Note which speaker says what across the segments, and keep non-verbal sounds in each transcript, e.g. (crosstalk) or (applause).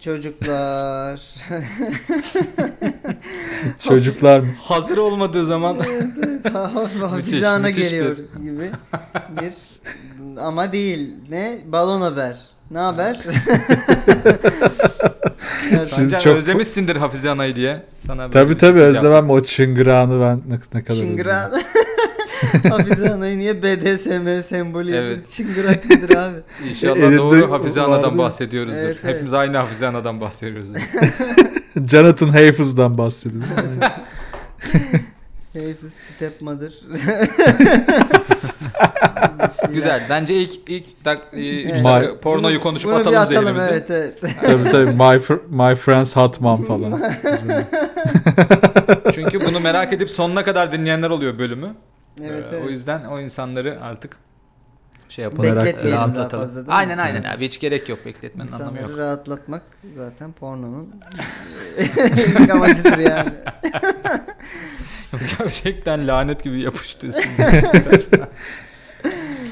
Speaker 1: Çocuklar.
Speaker 2: (laughs)
Speaker 3: Çocuklar mı?
Speaker 2: Hazır olmadığı zaman Müthiş,
Speaker 1: Hafize ana
Speaker 2: müthiş (laughs)
Speaker 1: geliyor gibi bir ama değil. Ne? Balon haber. Ne haber? (laughs) Evet,
Speaker 3: Şimdi
Speaker 2: Sancar
Speaker 3: çok-
Speaker 2: özlemişsindir Hafize Ana'yı diye. Sana böyle
Speaker 3: Tabii
Speaker 2: bir şey
Speaker 3: tabii
Speaker 2: yaptım.
Speaker 3: özlemem o çıngırağını ben ne, ne kadar
Speaker 1: (laughs) Çıngırak. Hafize Ana'yı niye BDSM sembolü
Speaker 2: Evet.
Speaker 1: yapıyoruz? Çıngırak nedir abi?
Speaker 2: İnşallah
Speaker 3: E, Elinde
Speaker 2: doğru Hafize
Speaker 3: vardı.
Speaker 2: Ana'dan bahsediyoruzdur.
Speaker 1: Evet, evet.
Speaker 2: Hepimiz aynı Hafize
Speaker 1: (laughs)
Speaker 2: Ana'dan bahsediyoruzdur.
Speaker 3: özledim. Jonathan Hayfız'dan bahsediyorum.
Speaker 1: Keyif stepmother.
Speaker 2: (laughs) Güzel. Bence ilk ilk dak, e, üç
Speaker 1: Evet.
Speaker 2: dakika
Speaker 3: Bunu-
Speaker 2: pornoyu konuşup
Speaker 1: Bunu bir
Speaker 2: atalım
Speaker 1: atalım
Speaker 2: zihnimize.
Speaker 1: evet evet.
Speaker 3: tabii tabii my, fr- my friends Hatman falan.
Speaker 2: (laughs) Çünkü bunu merak edip sonuna kadar dinleyenler oluyor bölümü.
Speaker 1: evet,
Speaker 2: Ee, O
Speaker 1: evet.
Speaker 2: yüzden o insanları artık şey yapalım.
Speaker 3: Olarak-
Speaker 1: Bekletmeyelim daha
Speaker 2: rahatlatalım.
Speaker 1: fazla. değil mi?
Speaker 2: aynen aynen abi hiç gerek yok bekletmenin anlamı
Speaker 1: İnsanları
Speaker 2: yok. (laughs)
Speaker 1: rahatlatmak zaten pornonun e, (laughs) ilk amacıdır yani.
Speaker 2: Gerçekten lanet gibi yapıştı.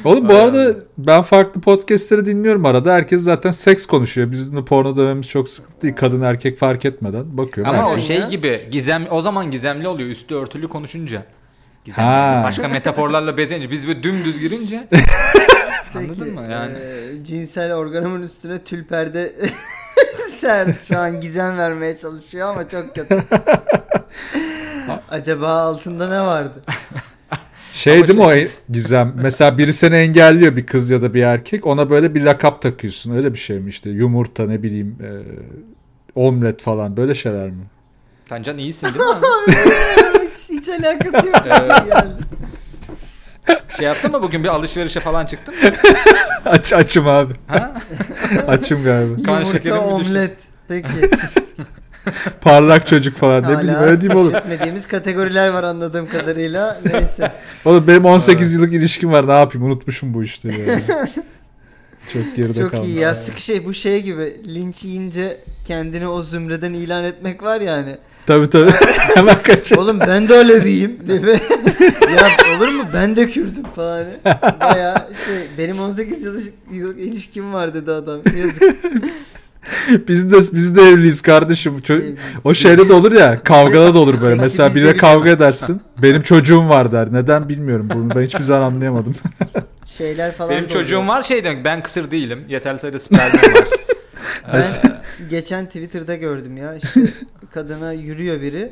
Speaker 3: Oğlum bu
Speaker 2: Aynen.
Speaker 3: arada ben farklı podcastleri dinliyorum arada. Herkes zaten seks konuşuyor. Bizim de porno dövmemiz çok sıkıntı değil. Kadın erkek fark etmeden bakıyorum.
Speaker 2: Ama
Speaker 3: Ama
Speaker 2: o
Speaker 1: Evet.
Speaker 2: şey gibi gizem o zaman gizemli oluyor üstü örtülü konuşunca. Gizemli.
Speaker 3: Ha.
Speaker 2: Başka metaforlarla bezenince biz böyle dümdüz girince
Speaker 1: (laughs)
Speaker 2: anladın
Speaker 1: Peki,
Speaker 2: mı yani?
Speaker 1: eee, E, cinsel organımın üstüne tül perde (laughs) sert şu an gizem vermeye çalışıyor ama çok kötü. Acaba altında ne vardı?
Speaker 3: şey
Speaker 2: Ama
Speaker 3: değil mi o en- gizem? Mesela biri seni engelliyor bir kız ya da bir erkek. Ona böyle bir lakap takıyorsun. Öyle bir şey mi işte? Yumurta ne bileyim e, omlet falan böyle şeyler mi?
Speaker 2: Tancan iyisin değil mi?
Speaker 1: hiç, hiç alakası yok.
Speaker 2: Evet.
Speaker 1: yani.
Speaker 2: Şey yaptın mı bugün bir alışverişe falan çıktın mı?
Speaker 3: (laughs) Aç, açım abi.
Speaker 2: Ha?
Speaker 3: (laughs) Açım galiba.
Speaker 2: Kan şekerim
Speaker 1: Yumurta
Speaker 2: mi düştü?
Speaker 1: omlet.
Speaker 3: (laughs)
Speaker 1: Peki.
Speaker 3: Parlak çocuk falan ne bileyim öyle değil mi oğlum?
Speaker 1: keşfetmediğimiz kategoriler var anladığım kadarıyla.
Speaker 3: (laughs)
Speaker 1: Neyse.
Speaker 3: Oğlum benim 18 yıllık ilişkim var ne yapayım unutmuşum bu işleri.
Speaker 1: (laughs)
Speaker 3: Yani. Çok geride kaldım.
Speaker 1: Çok iyi ya. Sık şey bu şey gibi linç yiyince kendini o zümreden ilan etmek var ya hani.
Speaker 3: Tabii tabii. (laughs) Hemen kaç.
Speaker 1: (laughs) Oğlum ben de öyle biriyim değil
Speaker 2: (laughs)
Speaker 1: mi? ya olur mu ben de Kürdüm falan. Baya şey benim 18 yıllık, yıllık ilişkim var dedi adam. Yazık.
Speaker 3: Biz de biz de evliyiz kardeşim. Ço- o şeyde de olur ya kavgada da olur böyle.
Speaker 1: Seksi
Speaker 3: Mesela
Speaker 1: bizde
Speaker 3: biriyle
Speaker 1: bir-
Speaker 3: kavga edersin. Benim çocuğum var der. Neden bilmiyorum bunu. Ben hiçbir zaman anlayamadım. (laughs)
Speaker 1: Şeyler falan
Speaker 2: Benim
Speaker 1: da oluyor.
Speaker 2: çocuğum var şey demek ben kısır değilim. Yeterli sayıda spermim
Speaker 1: (laughs)
Speaker 2: var.
Speaker 1: Ben geçen Twitter'da gördüm ya işte kadına yürüyor biri.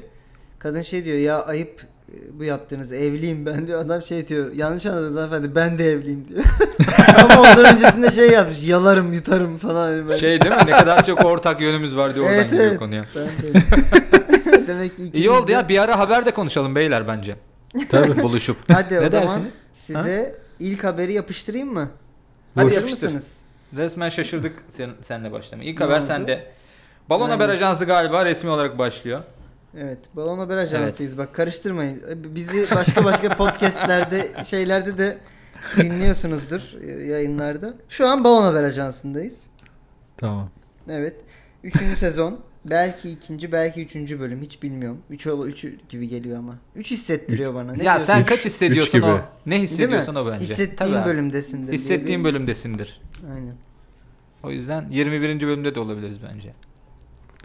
Speaker 1: Kadın şey diyor ya ayıp e, bu yaptığınız evliyim ben diyor. Adam şey diyor yanlış anladınız hanımefendi ben de evliyim diyor. (laughs) Ama ondan öncesinde şey yazmış yalarım yutarım falan. hani
Speaker 2: Ee,
Speaker 1: böyle.
Speaker 2: şey değil mi ne kadar çok ortak yönümüz var diye oradan
Speaker 1: Evet,
Speaker 2: gidiyor
Speaker 1: evet.
Speaker 2: konuya.
Speaker 1: Ben de- (laughs) Demek ki
Speaker 2: İyi
Speaker 1: ikimiz
Speaker 2: oldu
Speaker 1: de-
Speaker 2: ya bir ara haber de konuşalım beyler bence.
Speaker 3: Tabii.
Speaker 2: Buluşup.
Speaker 1: Hadi
Speaker 2: Ne
Speaker 1: o zaman
Speaker 2: dersiniz?
Speaker 1: size ilk haberi yapıştırayım mı?
Speaker 2: Hadi
Speaker 1: Hazır
Speaker 2: yapıştır.
Speaker 1: mısınız?
Speaker 2: Resmen şaşırdık sen, senle başlama. İlk
Speaker 1: Ne
Speaker 2: haber
Speaker 1: oldu?
Speaker 2: sende. Balon
Speaker 1: Aynen.
Speaker 2: Haber Ajansı galiba resmi olarak başlıyor.
Speaker 1: Evet. Balon Haber Ajansı'yız. Bak karıştırmayın. Bizi başka
Speaker 2: (laughs)
Speaker 1: başka podcastlerde şeylerde de dinliyorsunuzdur e, yayınlarda. Şu an Balon Haber Ajansı'ndayız.
Speaker 3: tamam.
Speaker 1: Evet. Üçüncü
Speaker 2: (laughs)
Speaker 1: sezon. Belki ikinci, belki üçüncü bölüm. Hiç bilmiyorum. Üç, ol- üçü gibi geliyor ama. Üç hissettiriyor bana. Ne
Speaker 2: ya
Speaker 1: diyorsun?
Speaker 2: sen
Speaker 3: Üç-
Speaker 2: kaç
Speaker 3: üç
Speaker 2: hissediyorsan
Speaker 3: gibi.
Speaker 2: o. Ne
Speaker 1: Değil mi?
Speaker 2: hissediyorsan o bence.
Speaker 1: Hissettiğin
Speaker 2: Tabii abi.
Speaker 1: bölümdesindir. diye
Speaker 2: Hissettiğin
Speaker 1: bir-
Speaker 2: bölümdesindir.
Speaker 1: Aynen.
Speaker 2: O yüzden 21. bölümde de olabiliriz bence.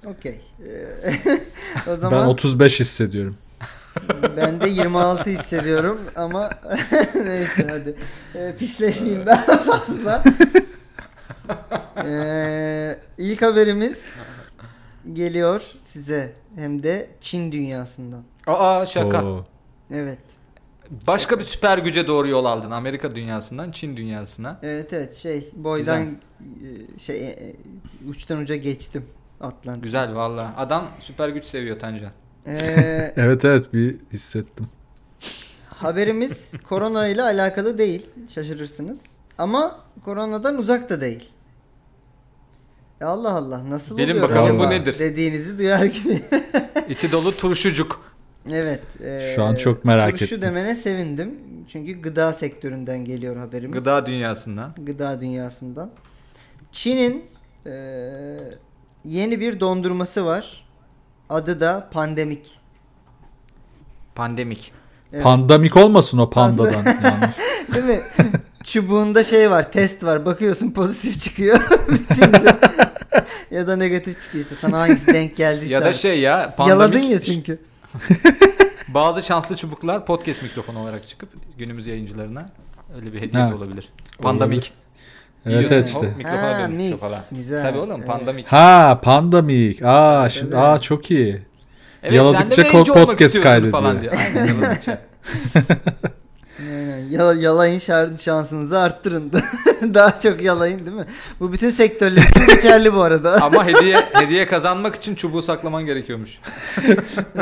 Speaker 1: Okey. (laughs) o zaman
Speaker 3: Ben 35 hissediyorum.
Speaker 1: Ben de 26 hissediyorum ama (laughs) neyse hadi. Ee, pisleşmeyeyim daha fazla. Ee, ilk haberimiz geliyor size hem de Çin dünyasından.
Speaker 2: Aa şaka.
Speaker 3: Oo.
Speaker 1: Evet.
Speaker 2: Başka bir süper güce doğru yol aldın. Amerika dünyasından Çin dünyasına.
Speaker 1: Evet evet şey boydan e, şey e, uçtan uca geçtim Atlantik.
Speaker 2: Güzel valla. Adam süper güç seviyor Tancan.
Speaker 1: Ee,
Speaker 3: Evet evet bir hissettim.
Speaker 1: haberimiz korona ile alakalı değil. Şaşırırsınız. Ama koronadan uzak da değil. Ya Allah Allah nasıl
Speaker 2: Bilin
Speaker 1: oluyor
Speaker 3: bakalım
Speaker 1: acaba
Speaker 3: bu
Speaker 2: nedir?
Speaker 1: Dediğinizi duyar gibi. (laughs)
Speaker 2: İçi dolu turşucuk.
Speaker 1: evet.
Speaker 3: Şu an çok merak
Speaker 1: turşu
Speaker 3: ettim.
Speaker 1: demene sevindim. Çünkü gıda sektöründen geliyor haberimiz.
Speaker 2: Gıda dünyasından.
Speaker 1: Gıda dünyasından. Çin'in eee, yeni bir dondurması var. Adı da pandemik.
Speaker 2: Pandemik.
Speaker 1: Evet.
Speaker 3: Pandamik olmasın o pandadan. yani.
Speaker 1: Değil mi? (laughs) çubuğunda şey var test var bakıyorsun pozitif çıkıyor (laughs) bitince ya da negatif çıkıyor işte sana hangisi denk geldiyse
Speaker 2: Ya da şey ya
Speaker 1: yaladın
Speaker 2: pandemik
Speaker 1: ya çünkü
Speaker 2: (laughs) bazı şanslı çubuklar podcast mikrofonu olarak çıkıp günümüz yayıncılarına öyle bir hediye
Speaker 3: Ha.
Speaker 2: de olabilir. Pandemik.
Speaker 3: Evet, evet
Speaker 2: Yiyorsun,
Speaker 3: işte.
Speaker 2: hop, Mikrofona
Speaker 1: Ha,
Speaker 2: dönüşüyor
Speaker 1: mik.
Speaker 2: falan.
Speaker 1: Güzel.
Speaker 2: Tabii oğlum
Speaker 1: Evet.
Speaker 2: pandemik.
Speaker 3: Ha pandemik. Aa şimdi
Speaker 1: evet.
Speaker 3: aa çok iyi.
Speaker 2: Evet,
Speaker 3: Yaladıkça
Speaker 2: sen de
Speaker 3: ko-
Speaker 2: yayıncı olmak
Speaker 3: podcast kaydediyor.
Speaker 2: istiyorsun Falan diyor.
Speaker 1: (laughs)
Speaker 2: Aynen, yaladıkça.
Speaker 1: Aynen. Yala- yalayın şar- şansınızı arttırın (laughs) daha çok yalayın değil mi bu bütün sektörler
Speaker 2: (laughs)
Speaker 1: için geçerli bu arada
Speaker 2: Ama hediye hediye kazanmak için çubuğu saklaman gerekiyormuş.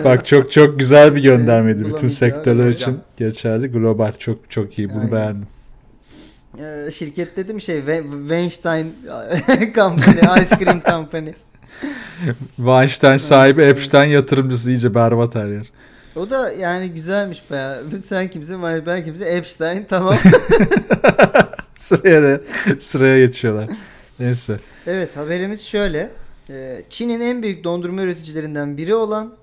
Speaker 3: Bak çok çok güzel bir göndermeydi bütün
Speaker 1: Bulamayacağım,
Speaker 3: sektörler için
Speaker 2: bulamayacağım.
Speaker 3: geçerli. Global çok çok iyi. Bunu
Speaker 1: Aynen.
Speaker 3: beğendim.
Speaker 1: Ee, şirket dedim şey Ve- Weinstein (laughs) Company Ice Cream Company
Speaker 3: Weinstein sahibi Epstein yatırımcısı iyice berbat her yer. (laughs)
Speaker 1: O da yani güzelmiş be. Sen kimsin? Ben, ben kimsin? Epstein tamam.
Speaker 3: Sıraya, da- sıraya geçiyorlar. Neyse.
Speaker 1: evet haberimiz şöyle. Ee, Çin'in en büyük dondurma üreticilerinden biri olan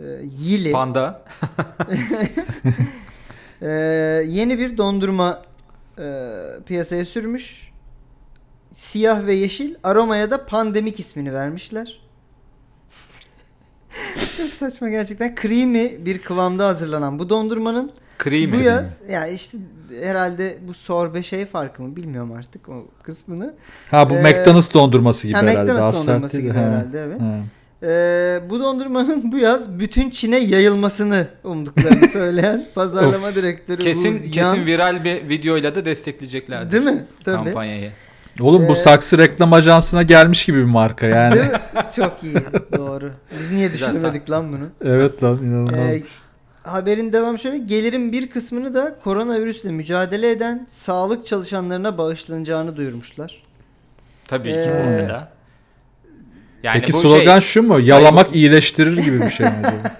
Speaker 1: e, Yili
Speaker 2: Panda.
Speaker 1: e, yeni bir dondurma e, piyasaya sürmüş. Siyah ve yeşil. Aromaya da pandemik ismini vermişler. (laughs) Çok saçma gerçekten. Creamy bir kıvamda hazırlanan bu dondurmanın
Speaker 2: Creamy.
Speaker 1: Bu yaz ya işte herhalde bu sorbe şey farkı mı bilmiyorum artık o kısmını.
Speaker 3: Ha bu
Speaker 1: Ee,
Speaker 3: McDonald's dondurması gibi
Speaker 1: ha,
Speaker 3: herhalde.
Speaker 1: McDonald's
Speaker 3: Daha sert
Speaker 1: dondurması
Speaker 3: değil.
Speaker 1: gibi
Speaker 3: Ha,
Speaker 1: herhalde, evet.
Speaker 3: ha.
Speaker 1: Ee, bu dondurmanın bu yaz bütün Çin'e yayılmasını
Speaker 2: (laughs)
Speaker 1: umduklarını söyleyen pazarlama direktörü Wu
Speaker 2: Kesin
Speaker 1: Ziyan-
Speaker 2: kesin viral bir videoyla da destekleyeceklerdir.
Speaker 1: değil mi? Tabii.
Speaker 2: Kampanyayı.
Speaker 3: Oğlum bu
Speaker 1: Ee,
Speaker 3: saksı reklam ajansına gelmiş gibi bir marka yani.
Speaker 1: Değil mi? (laughs) Çok iyi. Doğru. Biz niye
Speaker 2: Güzel,
Speaker 1: düşünemedik lan bunu?
Speaker 3: (laughs) evet lan inanılmaz.
Speaker 1: Ee, haberin devamı şöyle. Gelirin bir kısmını da koronavirüsle mücadele eden sağlık çalışanlarına bağışlanacağını
Speaker 2: (laughs)
Speaker 1: duyurmuşlar.
Speaker 2: Tabii ki
Speaker 1: Ee,
Speaker 2: bu arada. Yani
Speaker 3: Peki
Speaker 2: bu
Speaker 3: slogan
Speaker 2: şey,
Speaker 3: şu mu? Yalamak iyileştirir gibi bir şey mi acaba?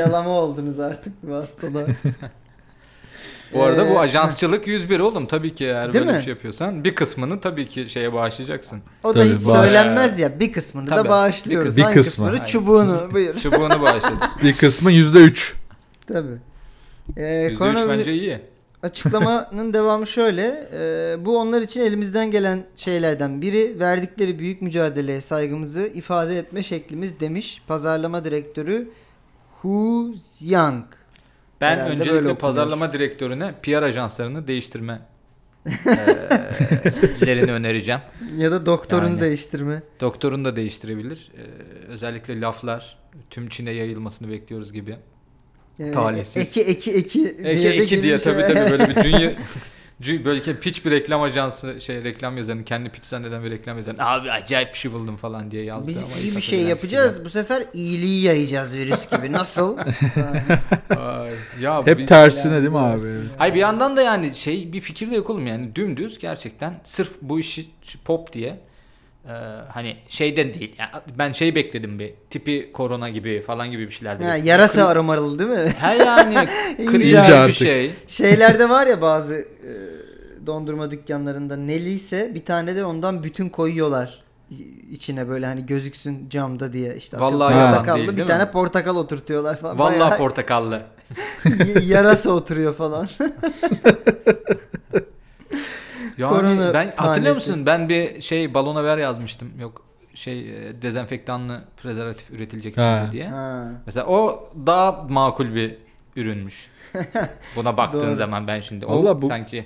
Speaker 1: Yalama oldunuz artık bu hastalığa.
Speaker 2: şey, bu arada
Speaker 1: Ee,
Speaker 2: bu ajansçılık 101 oğlum tabii ki eğer
Speaker 1: Değil
Speaker 2: böyle
Speaker 1: mi?
Speaker 2: bir şey yapıyorsan bir kısmını tabii ki şeye bağışlayacaksın.
Speaker 1: O da
Speaker 3: Tabii,
Speaker 1: hiç
Speaker 3: bağış-
Speaker 1: söylenmez ya. Bir kısmını
Speaker 2: Tabii,
Speaker 1: da
Speaker 2: bir
Speaker 1: bağışlıyoruz.
Speaker 3: kısmı.
Speaker 1: Hangi
Speaker 3: Bir kısmı.
Speaker 1: kısmını?
Speaker 2: Aynen. (laughs)
Speaker 1: Çubuğunu. Buyur. (laughs)
Speaker 2: Çubuğunu bağışladın.
Speaker 3: bir kısmı yüzde üç.
Speaker 1: Tabii. Ee,
Speaker 2: %3
Speaker 1: koronavirüs
Speaker 2: bence iyi.
Speaker 1: açıklamanın (laughs) devamı şöyle. Ee, bu onlar için elimizden gelen şeylerden biri. Verdikleri büyük mücadeleye saygımızı ifade etme şeklimiz demiş pazarlama direktörü Hu Ziyang.
Speaker 2: Ben
Speaker 1: Herhalde böyle
Speaker 2: öncelikle
Speaker 1: okunuyor.
Speaker 2: pazarlama direktörüne PR
Speaker 1: (laughs)
Speaker 2: ajanslarını değiştirme eee, lerini önereceğim.
Speaker 1: Ya da doktorun
Speaker 2: Yani.
Speaker 1: değiştirme.
Speaker 2: Doktorun da değiştirebilir. Eee, özellikle laflar tüm Çin'e yayılmasını bekliyoruz gibi.
Speaker 1: Ee,
Speaker 2: Talihsiz.
Speaker 1: Eki eki eki.
Speaker 2: Eki
Speaker 1: de
Speaker 2: eki
Speaker 1: gibi
Speaker 2: diye
Speaker 1: bir şey.
Speaker 2: tabii tabii böyle
Speaker 1: (laughs)
Speaker 2: bir dünya cü- böyle ki piç bir reklam ajansı şey reklam yazarını kendi piç zanneden bir reklam yazarını abi acayip bir şey buldum falan diye yazdı.
Speaker 1: Biz
Speaker 2: ama
Speaker 1: iyi bir
Speaker 2: hakikaten
Speaker 1: şey yapacağız. Bu sefer iyiliği yayacağız virüs gibi.
Speaker 2: (laughs)
Speaker 1: Nasıl?
Speaker 2: şey. Ay, ya
Speaker 3: Hep
Speaker 2: bir-
Speaker 3: tersine değil mi abi?
Speaker 2: Hayır bir yandan da yani şey bir fikir de yok oğlum yani dümdüz gerçekten sırf bu işi şu pop diye e, hani şeyden değil yani ben şey bekledim bir tipi korona gibi falan gibi bir şeyler de
Speaker 1: Ha,
Speaker 2: bekledim.
Speaker 1: yarasa aromalı değil mi?
Speaker 2: He yani
Speaker 1: (laughs) İyice
Speaker 2: cringe bir
Speaker 3: artık.
Speaker 2: şey.
Speaker 1: Şeylerde var ya bazı e, dondurma dükkanlarında neliyse bir tane de ondan bütün koyuyorlar i- içine böyle hani gözüksün camda diye işte atıyorum
Speaker 2: Vallahi
Speaker 3: yalan
Speaker 1: portakallı
Speaker 2: değil,
Speaker 1: bir
Speaker 2: değil
Speaker 1: tane
Speaker 2: mi?
Speaker 1: portakal oturtuyorlar falan.
Speaker 2: Vallahi
Speaker 1: Bayağı
Speaker 2: portakallı.
Speaker 1: (laughs) y- yarasa oturuyor
Speaker 2: (laughs)
Speaker 1: falan.
Speaker 2: Yani
Speaker 1: Korona
Speaker 2: ben hatırlıyor
Speaker 1: tanesi.
Speaker 2: musun? Ben bir şey balona ver yazmıştım. Yok şey e, dezenfektanlı prezervatif üretilecek
Speaker 3: Ha.
Speaker 2: şimdi diye.
Speaker 1: ha.
Speaker 2: Mesela o daha makul bir
Speaker 1: (laughs)
Speaker 2: ürünmüş. Buna baktığın
Speaker 1: Doğru.
Speaker 2: zaman ben şimdi o
Speaker 3: Vallahi bu-
Speaker 2: sanki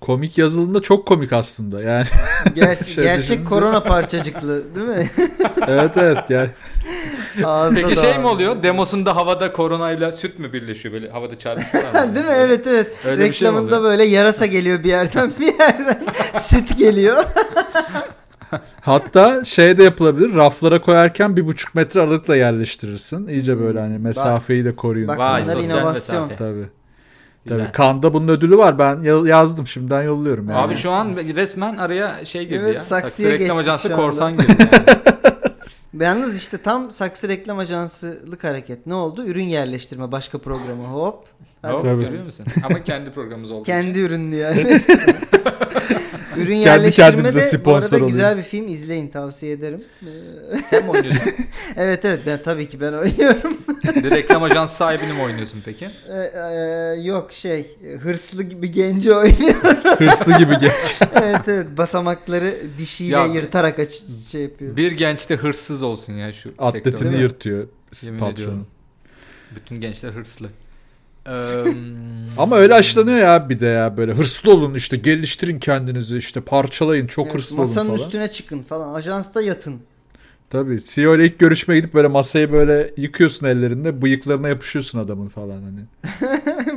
Speaker 3: Komik yazılımda çok komik aslında. Yani (laughs)
Speaker 1: Ger-
Speaker 3: Şey
Speaker 1: gerçek
Speaker 3: düşününce-
Speaker 1: korona parçacıklı değil
Speaker 2: (laughs)
Speaker 1: mi?
Speaker 3: evet evet yani.
Speaker 1: Ağızda
Speaker 2: Peki
Speaker 1: da
Speaker 2: şey mi
Speaker 1: ağızda.
Speaker 2: oluyor? Demosunda havada koronayla süt mü birleşiyor böyle havada çarpışıyorlar mı?
Speaker 1: Ha, (laughs) değil mi? Evet evet.
Speaker 2: Öyle bir şey mi
Speaker 1: Reklamında
Speaker 2: oluyor?
Speaker 1: böyle yarasa geliyor bir yerden bir yerden (laughs) süt geliyor.
Speaker 3: Hatta şey de yapılabilir. Raflara koyarken bir buçuk metre aralıkla yerleştirirsin. İyice böyle hani mesafeyi de koruyun.
Speaker 1: Hmm. Bak
Speaker 2: Vay,
Speaker 1: bunlar
Speaker 2: sosyal
Speaker 1: inovasyon.
Speaker 2: mesafe.
Speaker 3: Tabii.
Speaker 2: Güzel.
Speaker 3: Tabii. Kanda bunun ödülü var. Ben ya- yazdım. Şimdiden yolluyorum. Yani.
Speaker 2: Abi şu an resmen araya şey girdi
Speaker 1: Evet,
Speaker 2: ya.
Speaker 1: saksıya
Speaker 2: Saksı reklam
Speaker 1: geçtik şu
Speaker 2: ajansı
Speaker 1: anda.
Speaker 2: korsan girdi. yani.
Speaker 1: (laughs) Yalnız işte tam saksı reklam ajansılık hareket. Ne oldu? Ürün yerleştirme başka programı hop. Hadi.
Speaker 2: Hop,
Speaker 3: Tabii.
Speaker 2: Görüyor musun? Ama kendi programımız oldu.
Speaker 1: Kendi ürünlü yerleştirme. (laughs) Ürün
Speaker 3: Kendi
Speaker 1: yerleştirme
Speaker 3: kendimize
Speaker 1: de
Speaker 3: sponsor
Speaker 1: bu arada güzel
Speaker 3: oluyoruz.
Speaker 1: bir film izleyin tavsiye ederim. Ee,
Speaker 2: Sen mi oynuyorsun?
Speaker 1: evet evet ben tabii ki ben oynuyorum.
Speaker 2: Bir reklam ajansı sahibini mi oynuyorsun peki?
Speaker 1: Ee, e, yok şey hırslı gibi genci
Speaker 3: (laughs)
Speaker 1: oynuyor.
Speaker 3: (laughs) Hırslı gibi
Speaker 2: (laughs)
Speaker 3: geç.
Speaker 1: evet evet basamakları dişiyle
Speaker 2: Ya-
Speaker 1: yırtarak aç şey yapıyor.
Speaker 2: Bir genç de hırsız olsun ya şu sektörde.
Speaker 3: Atletini yırtıyor
Speaker 2: Yemin
Speaker 3: patronu.
Speaker 2: ediyorum. Bütün gençler hırslı. Eee,
Speaker 3: Ama öyle aşılanıyor ya bir de ya böyle hırslı olun işte geliştirin kendinizi işte parçalayın çok
Speaker 1: Evet,
Speaker 3: hırslı olun
Speaker 1: Masanın
Speaker 3: falan.
Speaker 1: üstüne çıkın falan. Ajansta yatın. (laughs)
Speaker 3: Tabii CEO ile ilk görüşmeye gidip böyle masayı böyle yıkıyorsun ellerinde bıyıklarına yapışıyorsun adamın falan hani.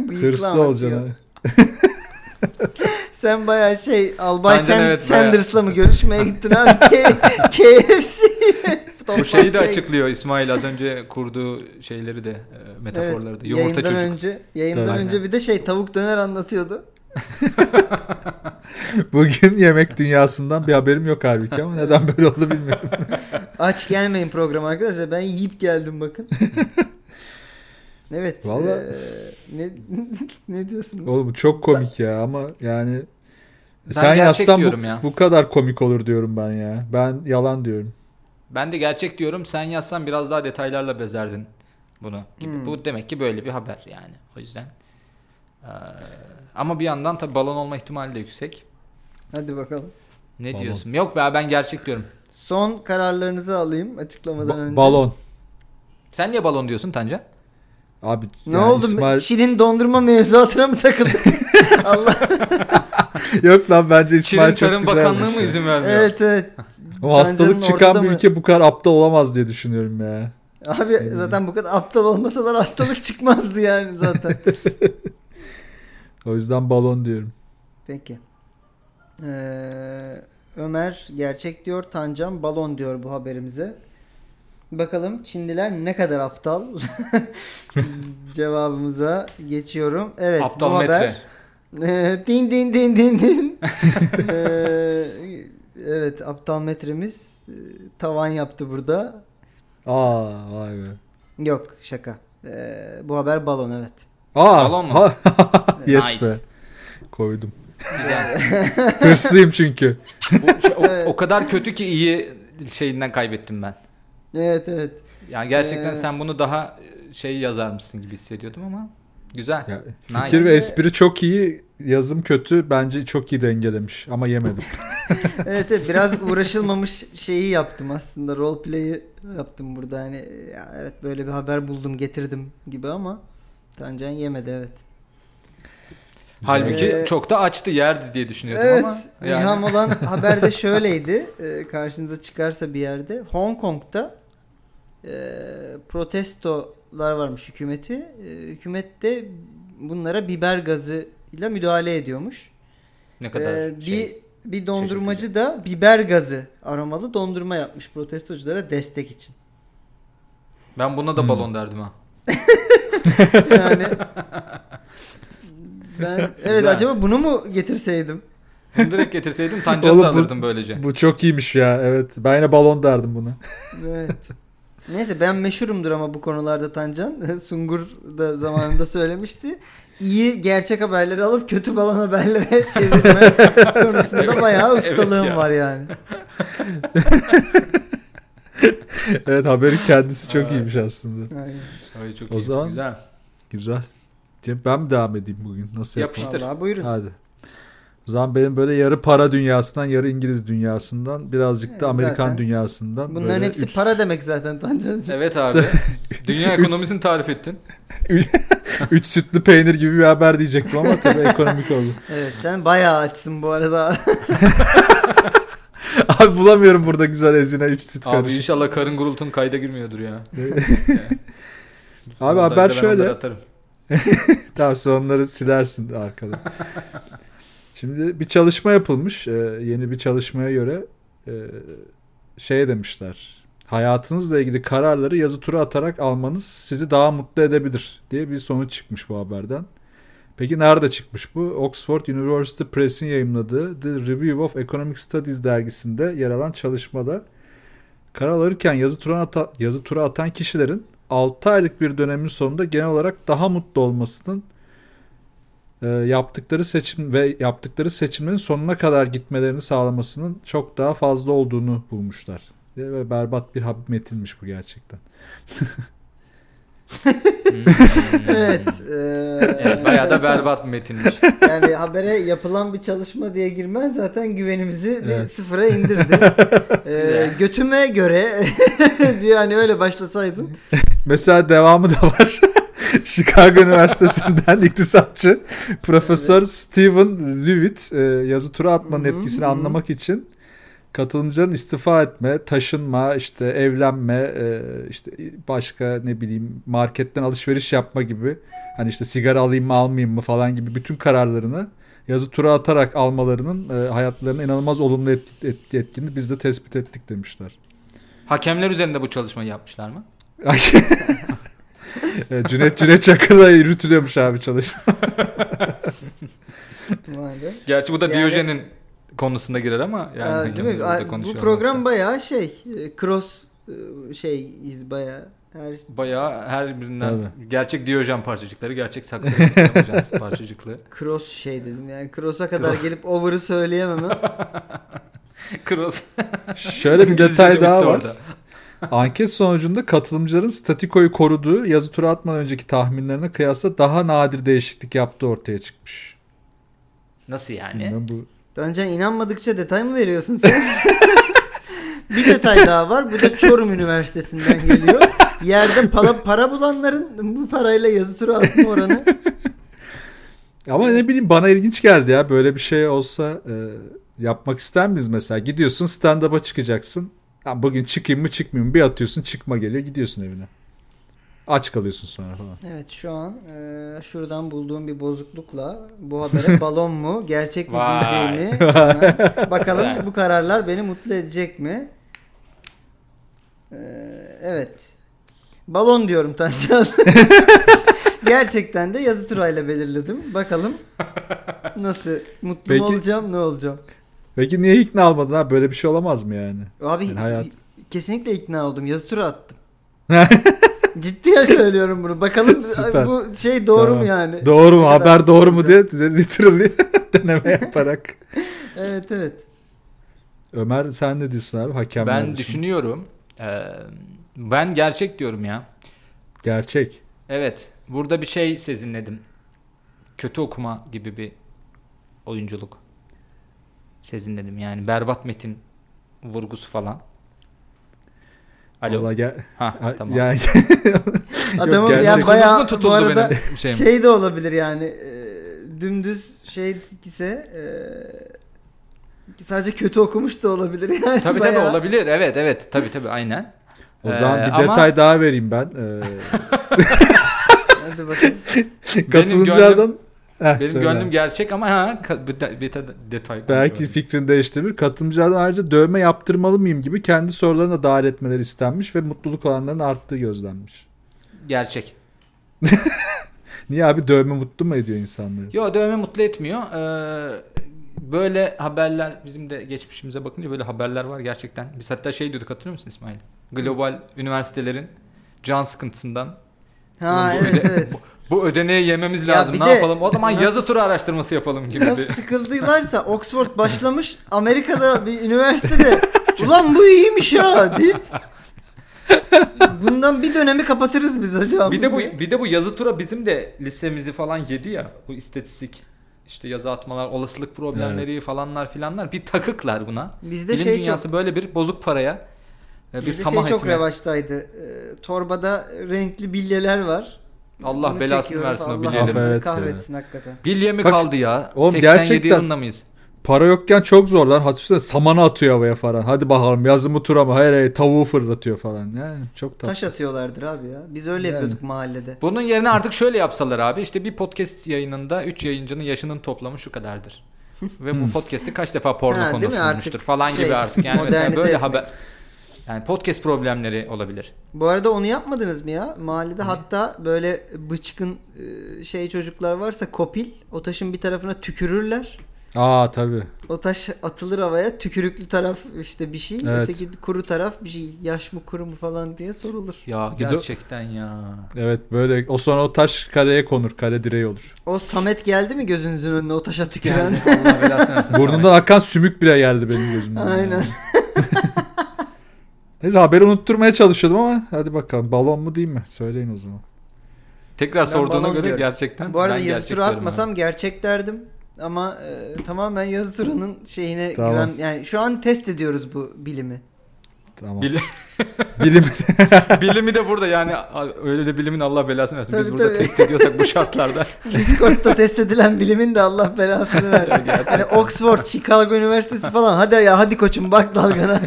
Speaker 1: Bıyıklı
Speaker 3: Hırslı
Speaker 1: anası
Speaker 3: olacaksın.
Speaker 1: yok.
Speaker 3: ha.
Speaker 1: Sen baya şey Albay
Speaker 2: Bence de
Speaker 1: Sen,
Speaker 2: evet,
Speaker 1: Sanders'la mı görüşmeye gittin
Speaker 2: (laughs)
Speaker 1: abi? K- KFC.
Speaker 2: bu şeyi de
Speaker 1: Toplantı-
Speaker 2: açıklıyor İsmail az önce kurduğu şeyleri de e, metaforları da.
Speaker 1: Evet,
Speaker 2: Yumurta
Speaker 1: yayından
Speaker 2: çocuk.
Speaker 1: Önce, yayından
Speaker 3: Tabii.
Speaker 1: önce bir de şey tavuk döner anlatıyordu.
Speaker 3: (laughs) Bugün yemek dünyasından bir haberim yok halbuki ama neden böyle oldu bilmiyorum.
Speaker 1: Aç gelmeyin program arkadaşlar. Ben yiyip geldim
Speaker 3: (laughs)
Speaker 1: bakın. Evet.
Speaker 3: Vallahi-
Speaker 1: eee, ne (laughs) ne diyorsunuz?
Speaker 3: Oğlum çok komik ya ama yani
Speaker 2: Ben
Speaker 3: sen
Speaker 2: gerçek
Speaker 3: yazsan
Speaker 2: diyorum
Speaker 3: bu,
Speaker 2: ya.
Speaker 3: bu kadar komik olur diyorum ben ya. Ben yalan diyorum.
Speaker 2: Ben de gerçek diyorum sen yazsan biraz daha detaylarla bezerdin bunu gibi.
Speaker 1: Hmm.
Speaker 2: Bu demek ki böyle bir haber yani. O yüzden. Eee, ama bir yandan tabii balon olma ihtimali de yüksek.
Speaker 1: Hadi bakalım.
Speaker 2: Ne
Speaker 3: Balon.
Speaker 2: diyorsun? Yok be ben gerçek diyorum.
Speaker 1: Son kararlarınızı alayım açıklamadan
Speaker 3: Ba-
Speaker 1: önce.
Speaker 3: balon.
Speaker 2: Sen niye balon diyorsun Tanca?
Speaker 3: Abi
Speaker 1: Ne
Speaker 3: yani
Speaker 1: oldu?
Speaker 3: İsmail-
Speaker 1: Çin'in dondurma mevzuatına mı
Speaker 3: (laughs)
Speaker 1: takıldık? Allah.
Speaker 3: Yok lan bence İsmail çok
Speaker 2: Tarım
Speaker 3: güzelmiş
Speaker 2: Bakanlığı mı
Speaker 3: ya.
Speaker 2: izin vermiyor?
Speaker 1: evet evet.
Speaker 3: O hastalık
Speaker 1: Tancanın
Speaker 3: çıkan
Speaker 1: ortada
Speaker 3: bir
Speaker 1: mı?
Speaker 3: ülke bu kadar aptal olamaz diye düşünüyorum ya.
Speaker 1: Abi
Speaker 2: Hmm.
Speaker 1: zaten bu kadar aptal olmasalar hastalık çıkmazdı yani
Speaker 2: (laughs)
Speaker 1: zaten.
Speaker 3: O yüzden balon diyorum.
Speaker 1: Peki. Ee, Ömer gerçek diyor, Tancan balon diyor bu haberimize. Bakalım Çinliler ne kadar aptal? (laughs) Cevabımıza geçiyorum. Evet
Speaker 2: Aptal
Speaker 1: bu
Speaker 2: metre.
Speaker 1: haber. Ee, din din din din
Speaker 2: (laughs)
Speaker 1: din. Ee, evet aptal metremiz e, tavan yaptı burada.
Speaker 3: Aa vay be.
Speaker 1: Yok şaka. Ee, bu haber balon evet.
Speaker 3: Aa,
Speaker 2: Balon mu? (laughs)
Speaker 3: ha- yes
Speaker 2: Nice.
Speaker 3: be. Koydum.
Speaker 2: Güzel.
Speaker 3: (laughs) Hırslıyım çünkü.
Speaker 2: Bu şey,
Speaker 1: (laughs)
Speaker 2: o, o kadar kötü ki iyi şeyinden kaybettim ben.
Speaker 1: Evet evet.
Speaker 2: Yani gerçekten
Speaker 1: Ee,
Speaker 2: sen bunu daha e, şey yazarmışsın gibi hissediyordum ama güzel.
Speaker 3: Ya,
Speaker 2: Nice.
Speaker 3: fikir ve espri çok iyi. Yazım kötü. Bence çok iyi dengelemiş. Ama yemedim.
Speaker 1: evet, evet biraz uğraşılmamış şeyi yaptım aslında roleplay'i yaptım burada hani ya evet böyle bir haber buldum getirdim gibi ama Tancan yemedi evet.
Speaker 2: Halbuki
Speaker 1: Ee,
Speaker 2: çok da açtı yerdi diye düşünüyordum
Speaker 1: Evet
Speaker 2: ama yani
Speaker 1: ilham olan haber de şöyleydi e, karşınıza çıkarsa bir yerde Hong Kong'da e, protestolar varmış hükümeti E, hükümet de bunlara biber gazı ile müdahale ediyormuş.
Speaker 2: ne kadar
Speaker 1: Ee,
Speaker 2: şey.
Speaker 1: bir bir dondurmacı da biber gazı aromalı dondurma yapmış protestoculara destek için.
Speaker 2: Ben buna da
Speaker 3: Hmm.
Speaker 2: balon derdim ha. (laughs)
Speaker 1: Yani ben evet
Speaker 2: Güzel.
Speaker 1: acaba bunu mu getirseydim?
Speaker 2: Bunu direkt getirseydim tancanı
Speaker 3: Oğlum
Speaker 2: da
Speaker 3: bu-
Speaker 2: alırdım böylece.
Speaker 3: Bu çok iyiymiş ya. Evet. Ben yine balon derdim
Speaker 2: (laughs)
Speaker 3: buna.
Speaker 1: Evet. Neyse ben meşhurumdur ama bu konularda Tancan. (laughs) Sungur da zamanında söylemişti. İyi gerçek haberleri alıp kötü balon haberlere (laughs) çevirme konusunda bayağı
Speaker 2: Evet
Speaker 1: ustalığım
Speaker 2: ya.
Speaker 1: var yani.
Speaker 3: Evet haberin kendisi çok
Speaker 2: Aa.
Speaker 3: iyiymiş aslında.
Speaker 1: Aynen.
Speaker 2: Ay çok
Speaker 3: O
Speaker 2: iyi.
Speaker 3: zaman-
Speaker 2: Güzel.
Speaker 3: Güzel. Ben mi devam edeyim bugün? Nasıl yapayım?
Speaker 2: Yapıştır.
Speaker 1: Vallahi buyurun.
Speaker 3: Hadi. O zaman benim böyle yarı para dünyasından, yarı İngiliz dünyasından, birazcık
Speaker 1: Zaten
Speaker 3: da Amerikan dünyasından.
Speaker 1: Bunların
Speaker 3: böyle
Speaker 1: hepsi
Speaker 3: üç-
Speaker 1: para demek zaten Tancan'cığım.
Speaker 3: (laughs)
Speaker 2: Evet abi. Dünya
Speaker 3: Üç-
Speaker 2: ekonomisini tarif ettin.
Speaker 3: Üç sütlü peynir gibi bir haber diyecektim ama tabii ekonomik
Speaker 2: (laughs)
Speaker 3: oldu.
Speaker 1: Evet sen bayağı açsın bu arada.
Speaker 3: Hmm. (laughs) Abi bulamıyorum burada güzel ezine üç süt
Speaker 2: Abi
Speaker 3: (laughs) karışık.
Speaker 2: inşallah karın gurultun kayda girmiyordur ya.
Speaker 3: Abi
Speaker 2: Montajda
Speaker 3: haber
Speaker 2: ben
Speaker 3: şöyle.
Speaker 2: onları atarım.
Speaker 3: (laughs) Tamam sen onları silersin arkada. Şimdi bir çalışma yapılmış. Ee, yeni bir çalışmaya göre e, şey demişler. Hayatınızla ilgili kararları yazı tura atarak almanız sizi daha mutlu edebilir diye bir sonuç çıkmış bu haberden. Peki nerede çıkmış bu? Oxford University Press'in yayımladığı The Review of Economic Studies dergisinde yer alan çalışmada karar alırken yazı tura, ata- yazı tura atan kişilerin 6 aylık bir dönemin sonunda genel olarak daha mutlu olmasının e, yaptıkları seçim ve yaptıkları seçimin sonuna kadar gitmelerini sağlamasının çok daha fazla olduğunu bulmuşlar. Ve berbat bir Habib Metin'miş bu gerçekten.
Speaker 1: (laughs) evet. e,
Speaker 2: Evet, bayağı da berbat bir metinmiş.
Speaker 1: Yani habere yapılan bir çalışma diye girmen zaten güvenimizi bir
Speaker 3: Evet.
Speaker 1: sıfıra indirdi.
Speaker 2: (laughs)
Speaker 1: E, götüme göre (laughs) diye hani öyle başlasaydın.
Speaker 3: Mesela devamı da var. (laughs) Chicago Üniversitesi'nden iktisatçı Profesör Steven Levitt e, yazı tura atmanın
Speaker 1: Hı hı,
Speaker 3: etkisini
Speaker 1: hı.
Speaker 3: anlamak için katılımcıların istifa etme, taşınma, işte evlenme, e, işte başka ne bileyim marketten alışveriş yapma gibi hani işte sigara alayım mı almayayım mı falan gibi bütün kararlarını yazı tura atarak almalarının e, hayatlarına inanılmaz olumlu etki- etki ettiğini biz de tespit ettik demişler.
Speaker 2: Hakemler üzerinde bu çalışmayı yapmışlar mı?
Speaker 3: Ay. (laughs) E, Cüneyt Cüneyt Çakır'la yürütülüyormuş abi çalışma.
Speaker 1: Vay be.
Speaker 2: Gerçi bu da
Speaker 1: Yani-
Speaker 2: Diyojen'in konusunda girer ama yani
Speaker 1: Aa,
Speaker 2: hakemler
Speaker 1: değil mi?
Speaker 2: burada
Speaker 1: Aa, Bu
Speaker 2: konuşuyor
Speaker 1: program
Speaker 2: olmakta.
Speaker 1: bayağı şey e, cross e, şeyiz bayağı. Her şey-
Speaker 2: bayağı her birinden
Speaker 3: Tabii.
Speaker 2: gerçek Diyojen
Speaker 3: (laughs)
Speaker 2: parçacıkları, gerçek saksı parçacıklı.
Speaker 1: cross şey dedim yani cross'a kadar gelip over'ı söyleyememem.
Speaker 2: Cross. (laughs)
Speaker 3: Şöyle bir
Speaker 2: İngilizcesi
Speaker 3: detay
Speaker 2: bitti
Speaker 3: daha var.
Speaker 2: orada.
Speaker 3: Anket sonucunda katılımcıların statikoyu koruduğu yazı tura atmadan önceki tahminlerine kıyasla daha nadir değişiklik yaptığı ortaya çıkmış.
Speaker 2: Nasıl yani?
Speaker 3: Bilmem bu.
Speaker 1: Dancan inanmadıkça detay mı veriyorsun sen? (laughs) bir detay daha var. Bu da Çorum Üniversitesi'nden geliyor. Yerde para, para bulanların bu parayla yazı tura atma oranı.
Speaker 3: Ama ne bileyim bana ilginç geldi ya. Böyle bir şey olsa e, yapmak ister miyiz mesela? Gidiyorsun stand-up'a çıkacaksın. Ya bugün çıkayım mı çıkmayayım mı? Bir atıyorsun çıkma geliyor gidiyorsun evine. Aç kalıyorsun sonra falan.
Speaker 1: Evet şu an e, şuradan bulduğum bir bozuklukla bu
Speaker 3: (laughs)
Speaker 1: habere balon mu gerçek mi
Speaker 2: Vay.
Speaker 1: diyeceğimi hemen bakalım
Speaker 2: Güzel.
Speaker 1: bu kararlar beni mutlu edecek mi? E, evet. Balon diyorum
Speaker 3: (laughs)
Speaker 1: Tancan. Gerçekten de yazı turayla belirledim. Bakalım nasıl mutlu
Speaker 3: Peki.
Speaker 1: mu olacağım ne olacağım.
Speaker 3: Peki niye ikna almadın abi? Böyle bir şey olamaz mı yani?
Speaker 1: Abi
Speaker 3: Yani hayat-
Speaker 1: kesinlikle ikna oldum. Yazı tura
Speaker 3: (laughs)
Speaker 1: attım. Ciddiye söylüyorum bunu. Bakalım
Speaker 3: Süper.
Speaker 1: bu şey doğru
Speaker 3: Tamam.
Speaker 1: mu yani?
Speaker 3: Doğru mu?
Speaker 1: Ne kadar
Speaker 3: Haber doğru mu
Speaker 1: güzel.
Speaker 3: diye de- literally (laughs) deneme yaparak.
Speaker 1: Evet evet.
Speaker 3: Ömer sen ne diyorsun abi? Hakem
Speaker 2: Ben düşünüyorum. Ee, ben gerçek diyorum ya.
Speaker 3: Gerçek.
Speaker 2: Evet. Burada bir şey sezinledim. Kötü okuma gibi bir oyunculuk sezinledim. Yani berbat metin vurgusu falan. Alo.
Speaker 3: Vallahi gel-
Speaker 2: Ha, tamam.
Speaker 3: Yani
Speaker 1: Adamın
Speaker 3: gerçek.
Speaker 1: yani bayağı
Speaker 2: Konumuz mu
Speaker 1: bu
Speaker 2: tutuldu
Speaker 1: arada
Speaker 2: benim (laughs)
Speaker 1: (laughs)
Speaker 2: şeyim?
Speaker 1: şey de olabilir yani e, dümdüz şey ise e, sadece kötü okumuş da olabilir yani.
Speaker 2: Tabii tabii
Speaker 1: bayağı.
Speaker 2: olabilir. Evet evet. Tabii tabii aynen.
Speaker 3: o zaman
Speaker 2: Ee,
Speaker 3: bir
Speaker 2: ama
Speaker 3: detay daha vereyim ben.
Speaker 2: (laughs)
Speaker 3: Ee,
Speaker 1: Hadi bakalım.
Speaker 3: katılımcılardan Heh,
Speaker 2: benim
Speaker 3: söyle
Speaker 2: gönlüm
Speaker 3: abi.
Speaker 2: gerçek ama ha ka- bir, de- bir de- detay.
Speaker 3: belki
Speaker 2: konuşalım.
Speaker 3: fikrini değiştirir. Katılımcılardan ayrıca dövme yaptırmalı mıyım gibi kendi sorularına dahil etmeleri istenmiş ve mutluluk oranlarının arttığı gözlenmiş.
Speaker 2: gerçek.
Speaker 3: Niye abi dövme mutlu mu ediyor insanları?
Speaker 2: Yo dövme mutlu etmiyor. Ee, böyle haberler bizim de geçmişimize bakınca böyle haberler var gerçekten. Biz hatta şey diyorduk hatırlıyor musun İsmail? Global üniversitelerin can sıkıntısından
Speaker 1: Ha
Speaker 2: Ulan bu
Speaker 1: evet
Speaker 2: öde-
Speaker 1: evet.
Speaker 2: bu, bu ödeneği yememiz
Speaker 1: Ya
Speaker 2: lazım.
Speaker 1: bir
Speaker 2: Ne
Speaker 1: de
Speaker 2: yapalım? O
Speaker 1: (laughs)
Speaker 2: zaman
Speaker 1: nasıl-
Speaker 2: yazı turu araştırması yapalım (laughs) gibi.
Speaker 1: Nasıl
Speaker 2: bir-
Speaker 1: sıkıldılarsa Oxford başlamış Amerika'da bir
Speaker 2: (laughs)
Speaker 1: üniversitede ulan bu iyiymiş ha deyip bundan bir dönemi kapatırız biz hocam.
Speaker 2: Bir de bu bir de bu yazı tura bizim de lisemizi falan yedi ya. Bu istatistik işte yazı atmalar, olasılık problemleri falanlar filanlar bir takıklar buna.
Speaker 1: bizde
Speaker 2: Bilim
Speaker 1: şey çok
Speaker 2: dünyası böyle bir bozuk paraya e, bir
Speaker 1: Bizde
Speaker 2: tamah
Speaker 1: şey çok
Speaker 2: etmeye-
Speaker 1: revaçtaydı. Ee, torbada renkli bilyeler var.
Speaker 2: Allah
Speaker 1: Bunu
Speaker 2: belasını
Speaker 1: çekiyoruz.
Speaker 2: versin o
Speaker 1: Allah
Speaker 2: bilyelerin.
Speaker 1: onları
Speaker 3: Evet,
Speaker 1: kahretsin hakikaten.
Speaker 2: Bilye mi
Speaker 3: Bak-
Speaker 2: kaldı ya?
Speaker 3: Oğlum
Speaker 2: 87
Speaker 3: gerçekten-
Speaker 2: yılında mıyız?
Speaker 3: Para yokken çok zor lan. Hatırlıyorsun samanı atıyor havaya falan. Hadi bakalım yazımı tura mı? Hayır hayır tavuğu fırlatıyor falan. Yani çok tatlı.
Speaker 1: Taş atıyorlardır abi ya. Biz öyle
Speaker 3: Yani.
Speaker 1: yapıyorduk mahallede.
Speaker 2: Bunun yerine artık şöyle yapsalar abi. işte bir podcast yayınında 3 yayıncının yaşının toplamı
Speaker 3: (laughs)
Speaker 2: şu kadardır. Ve
Speaker 3: Hmm.
Speaker 2: bu podcast'i kaç defa porno
Speaker 1: Ha, değil mi?
Speaker 2: konusu
Speaker 1: Artık
Speaker 2: olmuştur falan
Speaker 1: şey,
Speaker 2: gibi artık. Yani mesela
Speaker 1: modernize
Speaker 2: böyle
Speaker 1: etmek.
Speaker 2: haber yani podcast problemleri olabilir.
Speaker 1: Bu arada onu yapmadınız mı ya? Mahallede hatta böyle bıçkın e, şey çocuklar varsa kopil o taşın bir tarafına tükürürler.
Speaker 3: Aa tabii.
Speaker 1: O taş atılır havaya tükürüklü taraf işte bir şey.
Speaker 3: Evet.
Speaker 1: Öteki kuru taraf bir şey. Yaş mı kuru mu falan diye sorulur.
Speaker 2: Ya
Speaker 3: Bir de-
Speaker 2: gerçekten ya.
Speaker 3: Evet böyle o sonra o taş kareye konur. Kare direği olur.
Speaker 1: O Samet geldi mi gözünüzün önüne o taşa tüküren?
Speaker 2: Yani Allah belasını versin
Speaker 3: Burnundan
Speaker 2: Samet.
Speaker 3: akan sümük bile geldi benim
Speaker 1: (laughs)
Speaker 3: gözümden.
Speaker 1: Aynen.
Speaker 3: Yani. Neyse haberi unutturmaya çalışıyordum ama hadi bakalım balon mu değil mi? Söyleyin o zaman.
Speaker 2: Tekrar
Speaker 1: Ben
Speaker 2: sorduğuna
Speaker 1: balon
Speaker 2: göre
Speaker 1: diyorum.
Speaker 2: gerçekten
Speaker 1: Bu arada
Speaker 2: ben
Speaker 1: yazı
Speaker 2: gerçek
Speaker 1: tura
Speaker 2: diyorum
Speaker 1: atmasam gerçek derdim. Ama e, tamamen yazı turunun şeyine
Speaker 3: Tamam.
Speaker 1: güven. Yani şu an test ediyoruz bu bilimi.
Speaker 3: Tamam.
Speaker 2: Bil-
Speaker 3: (laughs) Bilim
Speaker 2: abi. Bilimi de burada yani a- öyle de bilimin Allah belasını versin. Biz
Speaker 1: Tabii,
Speaker 2: burada
Speaker 1: tabii.
Speaker 2: test ediyorsak
Speaker 1: (laughs)
Speaker 2: bu şartlarda.
Speaker 1: Discord'da test edilen bilimin de Allah
Speaker 2: (laughs)
Speaker 1: belasını versin. hani Oxford, Chicago Üniversitesi falan. Hadi ya hadi koçum bak
Speaker 2: (laughs)
Speaker 1: dalgana.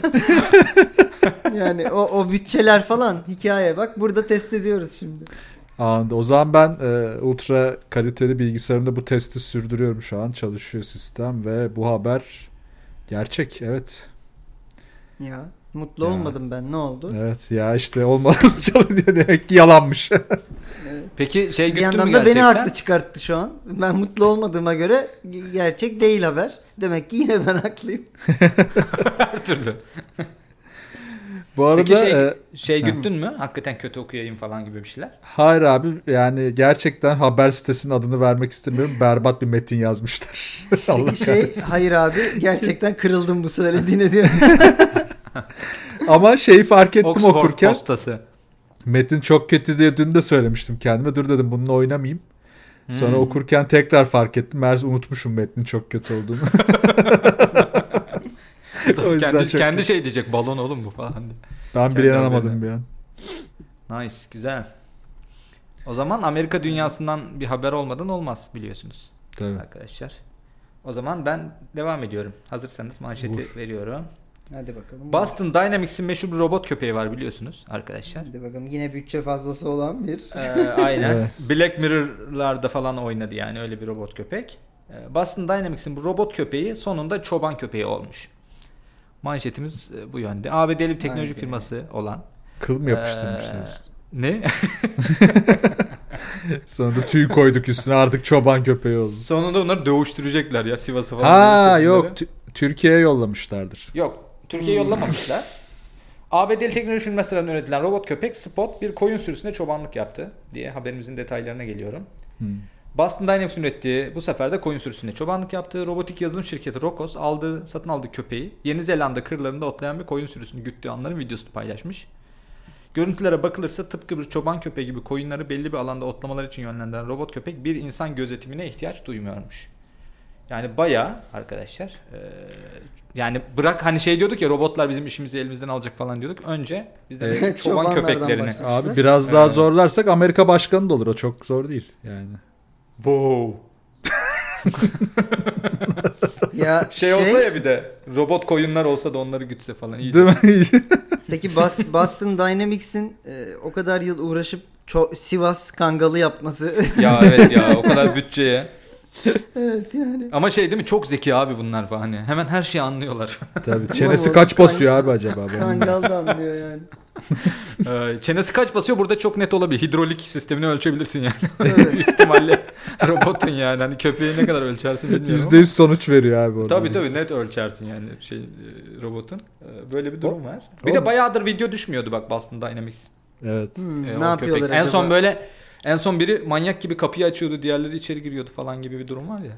Speaker 1: yani o, o bütçeler falan hikaye bak burada test ediyoruz şimdi.
Speaker 3: anında. O zaman ben e, ultra kaliteli bilgisayarımda bu testi sürdürüyorum şu an. Çalışıyor sistem ve bu haber gerçek. Evet.
Speaker 1: Ya mutlu
Speaker 3: Ya.
Speaker 1: olmadım ben ne oldu?
Speaker 3: Evet ya işte olmadı (laughs) çalışıyor demek ki yalanmış.
Speaker 2: Peki şey
Speaker 1: Bir
Speaker 2: güttü mü
Speaker 1: yandan
Speaker 2: gerçekten?
Speaker 1: da beni haklı çıkarttı şu an. Ben mutlu olmadığıma göre gerçek değil haber. Demek ki yine ben haklıyım.
Speaker 2: (laughs) Her türlü.
Speaker 3: (laughs) bu arada
Speaker 2: Peki şey,
Speaker 3: e,
Speaker 2: şey
Speaker 3: ha.
Speaker 2: güttün mü? Hakikaten kötü okuyayım falan gibi bir şeyler.
Speaker 3: hayır abi yani gerçekten haber sitesinin adını vermek istemiyorum. Berbat bir metin yazmışlar. (laughs) Allah
Speaker 1: Peki şey
Speaker 3: kahretsin.
Speaker 1: hayır abi gerçekten kırıldım bu söylediğine diyor.
Speaker 3: Ama şeyi fark ettim
Speaker 2: Oxford
Speaker 3: okurken.
Speaker 2: postası.
Speaker 3: Metin çok kötü diye dün de söylemiştim kendime. Dur dedim bununla oynamayayım. Sonra
Speaker 2: Hmm.
Speaker 3: okurken tekrar fark ettim. Meğerse unutmuşum metnin çok kötü
Speaker 2: (laughs)
Speaker 3: olduğunu. (laughs) o yüzden
Speaker 2: kendi,
Speaker 3: çok
Speaker 2: kendi
Speaker 3: kötü.
Speaker 2: şey diyecek balon oğlum bu falan diye.
Speaker 3: Ben bile
Speaker 2: kendi
Speaker 3: inanamadım
Speaker 2: haberine.
Speaker 3: bir an.
Speaker 2: Nice, güzel. O zaman Amerika dünyasından bir haber olmadan olmaz biliyorsunuz
Speaker 3: Tabii.
Speaker 2: arkadaşlar. O zaman ben devam ediyorum. Hazırsanız manşeti
Speaker 3: Vur.
Speaker 2: veriyorum.
Speaker 1: Hadi bakalım.
Speaker 2: Boston Dynamics'in meşhur bir robot köpeği var biliyorsunuz arkadaşlar.
Speaker 1: Hadi bakalım yine bütçe fazlası olan bir. e,
Speaker 2: Ee, aynen.
Speaker 3: Evet.
Speaker 2: Black Mirror'larda falan oynadı yani öyle bir robot köpek. Ee, Boston Dynamics'in bu robot köpeği sonunda çoban köpeği olmuş. Manşetimiz e, bu yönde. ABD'li bir teknoloji
Speaker 1: Haydi.
Speaker 2: firması olan.
Speaker 3: Kıl mı
Speaker 2: Ee,
Speaker 3: yapıştırmışsınız?
Speaker 2: Ne?
Speaker 3: Sonra da tüy koyduk üstüne artık çoban köpeği oldu.
Speaker 2: (laughs) Sonunda onları dövüştürecekler ya Sivas'a falan.
Speaker 3: ha
Speaker 2: dövüşecekler.
Speaker 3: yok Hmm. Tü- Türkiye'ye yollamışlardır.
Speaker 2: Yok. Türkiye'ye yollamamışlar. ABD'li teknoloji firmasından üretilen robot köpek Spot bir koyun sürüsüne çobanlık yaptı diye haberimizin detaylarına geliyorum.
Speaker 3: Hmm.
Speaker 2: Boston Dynamics ürettiği bu sefer de koyun sürüsüne çobanlık yaptığı robotik yazılım şirketi Rokos aldığı satın aldığı köpeği Yeni Zelanda kırlarında otlayan bir koyun sürüsünü güttüğü anların videosunu paylaşmış. Görüntülere bakılırsa tıpkı bir çoban köpeği gibi koyunları belli bir alanda otlamaları için yönlendiren robot köpek bir insan gözetimine ihtiyaç duymuyormuş. Yani baya arkadaşlar eee, yani bırak hani şey diyorduk ya robotlar bizim işimizi elimizden alacak falan diyorduk. Önce biz de
Speaker 3: Evet.
Speaker 2: çoban
Speaker 1: Çobanlardan
Speaker 2: köpeklerini.
Speaker 1: başladı.
Speaker 3: Abi biraz daha zorlarsak Amerika başkanı da olur. O çok zor değil yani.
Speaker 2: Wow.
Speaker 1: ya
Speaker 2: Şey,
Speaker 1: şey,
Speaker 2: olsa ya bir de robot koyunlar olsa da onları gütse falan. iyice.
Speaker 3: Değil
Speaker 2: (laughs)
Speaker 3: mi?
Speaker 1: Peki Bas- Boston Dynamics'in e, o kadar yıl uğraşıp ço- Sivas Kangalı yapması. (laughs)
Speaker 2: Ya evet ya o kadar bütçeye.
Speaker 1: evet yani.
Speaker 2: Ama şey değil mi çok zeki abi bunlar falan. Hani hemen her
Speaker 1: (laughs)
Speaker 2: şeyi anlıyorlar.
Speaker 3: Tabii. Çenesi
Speaker 1: oğlum,
Speaker 3: kaç
Speaker 1: kan-
Speaker 3: basıyor abi acaba? Ben-
Speaker 1: Kangal da anlıyor yani.
Speaker 2: Ee, Çenesi kaç basıyor burada çok net olabilir. Hidrolik sistemini ölçebilirsin yani. (laughs)
Speaker 1: Evet.
Speaker 2: Büyük ihtimalle robotun yani. Hani köpeği ne kadar ölçersin bilmiyorum.
Speaker 3: %100 sonuç veriyor abi orada.
Speaker 2: Tabii tabii net ölçersin yani şey e, robotun. Ee, Böyle bir durum var. Bir
Speaker 3: Oğlum.
Speaker 2: de bayağıdır video düşmüyordu bak Boston Dynamics.
Speaker 3: Evet.
Speaker 1: Hmm,
Speaker 2: Ee,
Speaker 1: ne
Speaker 2: o
Speaker 1: yapıyorlar
Speaker 2: köpek.
Speaker 1: acaba?
Speaker 2: En son böyle en son biri manyak gibi kapıyı açıyordu, diğerleri içeri giriyordu falan gibi bir durum var ya.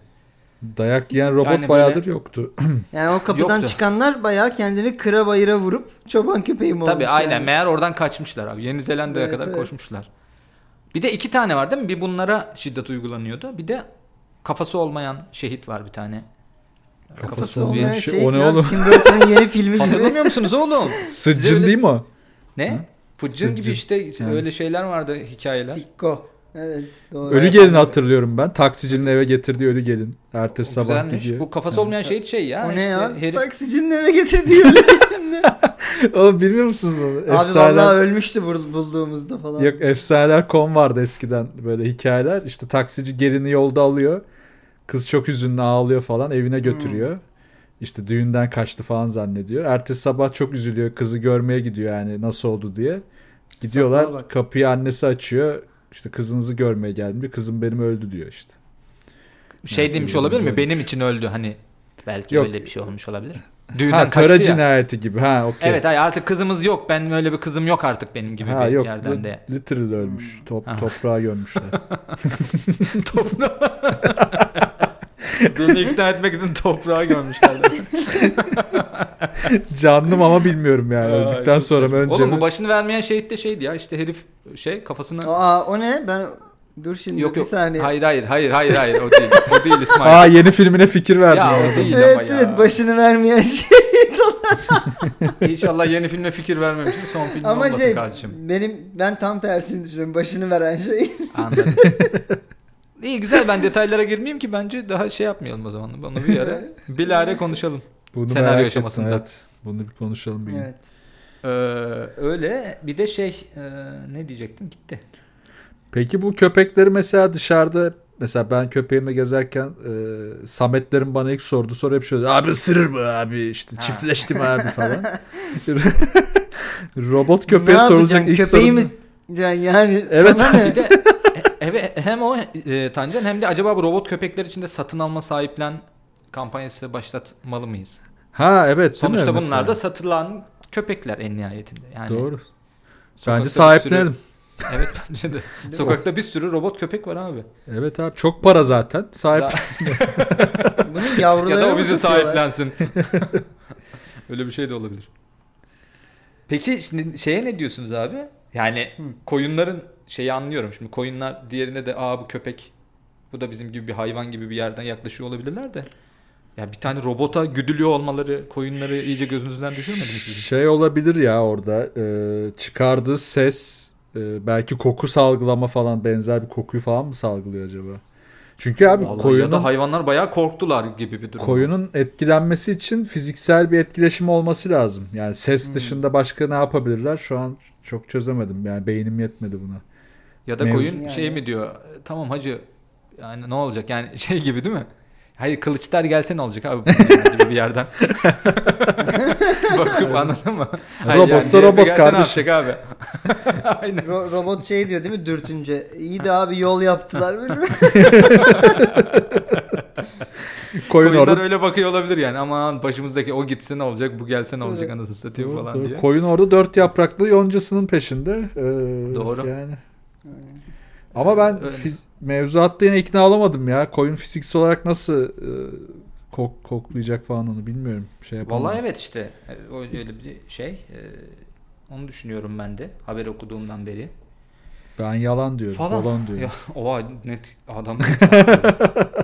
Speaker 3: Dayak yiyen robot
Speaker 2: Yani
Speaker 3: bayağıdır
Speaker 2: böyle- (laughs)
Speaker 3: yoktu.
Speaker 1: Yani o kapıdan
Speaker 2: Yoktu.
Speaker 1: çıkanlar bayağı kendini kıra bayıra vurup çoban köpeği mi
Speaker 2: Tabii
Speaker 1: olmuş
Speaker 2: aynen
Speaker 1: yani?
Speaker 2: meğer oradan kaçmışlar abi. Yeni Zelanda'ya
Speaker 1: Evet,
Speaker 2: kadar
Speaker 1: evet.
Speaker 2: koşmuşlar. Bir de iki tane var değil mi? Bir bunlara şiddet uygulanıyordu. Bir de kafası olmayan şehit var bir tane. Kafasız,
Speaker 3: Kafası
Speaker 2: bir.
Speaker 1: Olmayan
Speaker 3: bir şey-
Speaker 1: şey,
Speaker 3: o ne
Speaker 1: lan,
Speaker 3: oğlum?
Speaker 1: Tim Burton'ın yeni filmi gibi.
Speaker 2: Hatırlamıyor
Speaker 1: (laughs)
Speaker 2: musunuz oğlum? Size
Speaker 3: Sıccın
Speaker 2: öyle-
Speaker 3: değil mi o?
Speaker 2: Ne? Fıccın
Speaker 3: Sıccın.
Speaker 2: gibi işte
Speaker 3: Yani.
Speaker 2: öyle şeyler vardı hikayeler.
Speaker 1: Sikko. Evet doğru.
Speaker 3: Ölü gelin hatırlıyorum ben. Taksicinin eve getirdiği ölü gelin. Ertesi
Speaker 2: O
Speaker 3: sabah
Speaker 2: güzelmiş.
Speaker 3: gidiyor.
Speaker 2: Bu kafası olmayan şehit şey ya.
Speaker 1: o ne
Speaker 2: işte
Speaker 1: ya?
Speaker 2: herif-
Speaker 1: Taksicinin eve getirdiği ölü.
Speaker 3: Oğlum bilmiyor musunuz onu?
Speaker 1: Abi vallahi
Speaker 3: Efsaneler...
Speaker 1: ölmüştü bul- bulduğumuzda falan.
Speaker 3: Yok efsaneler.com vardı eskiden böyle hikayeler. İşte taksici gelini yolda alıyor. Kız çok üzünlü ağlıyor falan evine götürüyor. İşte düğünden kaçtı falan zannediyor. Ertesi sabah çok üzülüyor. Kızı görmeye gidiyor yani nasıl oldu diye.
Speaker 1: Sapığa
Speaker 3: Gidiyorlar
Speaker 1: bak.
Speaker 3: kapıyı annesi açıyor. İşte kızınızı görmeye geldim diyor. Kızım benim öldü diyor işte.
Speaker 2: şey
Speaker 3: Nasıl
Speaker 2: demiş
Speaker 3: bir
Speaker 2: olabilir mi?
Speaker 3: oyuncu
Speaker 2: Benim için öldü hani. Belki
Speaker 3: Yok.
Speaker 2: öyle bir şey olmuş olabilir. Düğünden
Speaker 3: Ha
Speaker 2: kaçtı
Speaker 3: kara
Speaker 2: ya.
Speaker 3: cinayeti gibi. Ha okey.
Speaker 2: Evet hayır, artık kızımız yok. Ben öyle bir kızım yok artık benim gibi
Speaker 3: ha
Speaker 2: bir
Speaker 3: yok.
Speaker 2: yerden
Speaker 3: li-
Speaker 2: de. Ah.
Speaker 3: Literal ölmüş. Top,
Speaker 2: Ha.
Speaker 3: toprağa gömmüşler.
Speaker 2: Beni ikna etmek için toprağa gömmüşler.
Speaker 3: Canlım ama bilmiyorum yani.
Speaker 2: Aa,
Speaker 3: Öldükten
Speaker 2: çok
Speaker 3: sonra mı önce
Speaker 2: Oğlum bu
Speaker 3: mi?
Speaker 2: başını vermeyen şehit de şeydi ya işte herif şey kafasına
Speaker 1: Aa o ne? Ben dur şimdi
Speaker 2: yok
Speaker 1: bir
Speaker 2: yok.
Speaker 1: saniye. (laughs)
Speaker 2: Hayır hayır hayır hayır hayır o değil. O değil İsmail.
Speaker 3: Aa yeni filmine fikir verdim.
Speaker 2: ya
Speaker 3: ya.
Speaker 2: o değil
Speaker 1: evet
Speaker 2: ama ya.
Speaker 1: evet başını vermeyen şey.
Speaker 2: İnşallah yeni filme fikir vermemişsin. Son film
Speaker 1: Ama
Speaker 2: olmasın
Speaker 1: şey
Speaker 2: kardeşim.
Speaker 1: benim ben tam tersini düşünüyorum. Başını veren
Speaker 3: (laughs)
Speaker 1: şey. (laughs)
Speaker 2: Anladım. İyi güzel ben detaylara girmeyeyim ki bence daha şey yapmayalım o zaman. Bunu bir ara bilare konuşalım.
Speaker 3: Bunu
Speaker 2: Senaryo
Speaker 3: merak
Speaker 2: aşamasında.
Speaker 3: ettim, evet. Bunu bir konuşalım bir gün.
Speaker 1: evet.
Speaker 2: Ee, öyle bir de şey e, ne diyecektim gitti.
Speaker 3: Peki bu köpekleri mesela dışarıda mesela ben köpeğimle gezerken e, Sametlerin bana ilk sordu sonra hep şöyle abi ısırır mı abi işte
Speaker 2: Ha.
Speaker 3: çiftleştim
Speaker 1: (laughs)
Speaker 3: abi falan. Robot köpeğe
Speaker 1: Ne
Speaker 3: sorulacak
Speaker 1: yapacaksın?
Speaker 3: ilk
Speaker 1: Köpeği
Speaker 3: soru.
Speaker 1: mi can yani
Speaker 3: (laughs) Evet.
Speaker 1: sana ne?
Speaker 2: Bir de e- evet, hem o e, Tancan hem de acaba bu robot köpekler için de satın alma sahiplen kampanyası başlatmalı mıyız?
Speaker 3: Ha evet değil mi
Speaker 2: Sonuçta
Speaker 3: mesela?
Speaker 2: bunlar da satılan köpekler en nihayetinde. Yani
Speaker 3: Doğru.
Speaker 2: sokakta
Speaker 3: Bence
Speaker 2: bir
Speaker 3: sahiplenelim.
Speaker 2: sürü- evet bence de. sokakta bir sürü robot köpek var abi.
Speaker 3: Evet abi çok para zaten. Sahip
Speaker 2: Za-
Speaker 1: Bunun
Speaker 2: (laughs)
Speaker 1: yavruları
Speaker 2: ya da o
Speaker 1: mı
Speaker 2: bizi
Speaker 1: satıyorlar? (laughs)
Speaker 2: sahiplensin.
Speaker 3: (laughs)
Speaker 2: (laughs) Öyle bir şey de olabilir. Peki şimdi şeye ne diyorsunuz abi? Yani
Speaker 1: Hı.
Speaker 2: koyunların şeyi anlıyorum. Şimdi koyunlar diğerine de aa bu köpek bu da bizim gibi bir hayvan gibi bir yerden yaklaşıyor olabilirler de. Ya bir tane robota güdülüyor olmaları koyunları iyice gözünüzden düşürmedi mi sizin?
Speaker 3: şey olabilir ya orada e, çıkardığı ses e, belki koku salgılama falan benzer bir kokuyu falan mı salgılıyor acaba? Çünkü abi
Speaker 2: Vallahi ya
Speaker 3: koyunun
Speaker 2: da hayvanlar bayağı korktular gibi bir durum.
Speaker 3: Koyunun etkilenmesi için fiziksel bir etkileşim olması lazım. Yani ses dışında başka ne yapabilirler? Şu an çok çözemedim. Yani beynim yetmedi buna.
Speaker 2: Ya da
Speaker 3: Mevzu-
Speaker 2: koyun
Speaker 1: Yani.
Speaker 2: şey mi diyor? Tamam hacı yani ne olacak yani (laughs) şey gibi değil mi? Hayır kılıçlar gelse ne olacak abi bunun yani gibi bir yerden. (laughs) Bakıp anladın mı? Hayır,
Speaker 3: Robotsa
Speaker 2: CHP
Speaker 3: robot
Speaker 2: gelse
Speaker 3: kardeşim.
Speaker 2: Ne yapacak abi? Aynen.
Speaker 1: Ro- robot şey diyor değil mi dürtünce? İyi de abi yol
Speaker 3: (laughs)
Speaker 1: yaptılar.
Speaker 3: Koyun
Speaker 2: Koyunlar
Speaker 3: orada
Speaker 2: öyle bakıyor olabilir yani. Aman başımızdaki o gitse ne olacak bu gelse ne olacak anasını satayım falan diye.
Speaker 3: koyun orada dört yapraklı yoncasının peşinde. Ee,
Speaker 2: Doğru.
Speaker 3: Yani. Ama ben
Speaker 2: Öyle.
Speaker 3: fiz- mevzuatta yine ikna olamadım ya. Koyun fiziksel olarak nasıl e, kok- koklayacak falan onu bilmiyorum. Şey yapamadım.
Speaker 2: Vallahi evet işte e, öyle öyle bir şey. E, Onu düşünüyorum ben de haber okuduğumdan beri.
Speaker 3: Ben yalan diyorum.
Speaker 2: Falan.
Speaker 3: Yalan diyorum.
Speaker 2: Ya, oha net
Speaker 3: (laughs)
Speaker 2: adam çok sert.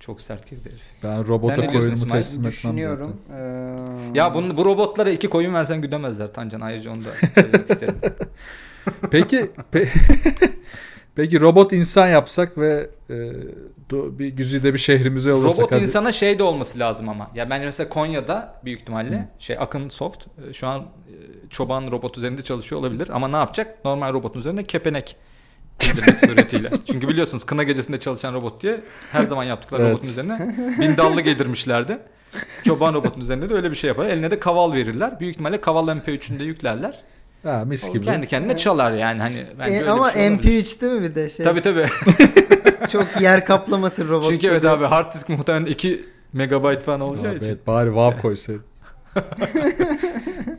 Speaker 2: çok sert girdi herif.
Speaker 3: Ben
Speaker 2: Sen
Speaker 3: robota
Speaker 2: ne diyorsun
Speaker 3: koyunumu
Speaker 2: İsmail?
Speaker 3: teslim etmem zaten.
Speaker 1: Düşünüyorum. Ee,
Speaker 2: Ya bunu, bu robotlara iki koyun versen güdemezler Tancan. Ayrıca onu da
Speaker 3: (laughs)
Speaker 2: söylemek isterim.
Speaker 3: Peki pe- (laughs) peki robot insan yapsak ve e, do- bir güzide bir şehrimize yollasak
Speaker 2: Robot
Speaker 3: hadi.
Speaker 2: insana şey de olması lazım ama. Ya ben mesela Konya'da büyük ihtimalle şey Akın Soft e, şu an e, çoban robot üzerinde çalışıyor olabilir ama ne yapacak? Normal robotun üzerine kepenek
Speaker 3: (laughs)
Speaker 2: indirmek suretiyle. Çünkü biliyorsunuz kına gecesinde çalışan robot diye her zaman yaptıkları
Speaker 3: Evet.
Speaker 2: robotun üzerine bindallı gelirmişlerdi. Çoban robotun üzerinde de öyle bir şey yapar. Eline de kaval verirler. Büyük ihtimalle kaval MP3'ünü de yüklerler.
Speaker 3: Ha, mis gibi.
Speaker 2: Kendi kendine çalar yani. Hani bence
Speaker 1: e,
Speaker 2: öyle bir
Speaker 1: ama
Speaker 2: şey olabilir.
Speaker 1: MP3 değil mi bir de şey?
Speaker 2: Tabii tabii.
Speaker 1: Çok yer
Speaker 2: (laughs)
Speaker 1: kaplaması robot.
Speaker 2: Çünkü evet abi hard disk muhtemelen 2 megabayt falan
Speaker 3: Abi,
Speaker 2: olacağı için.
Speaker 3: evet, bari
Speaker 2: Şey.
Speaker 3: vav koysaydın.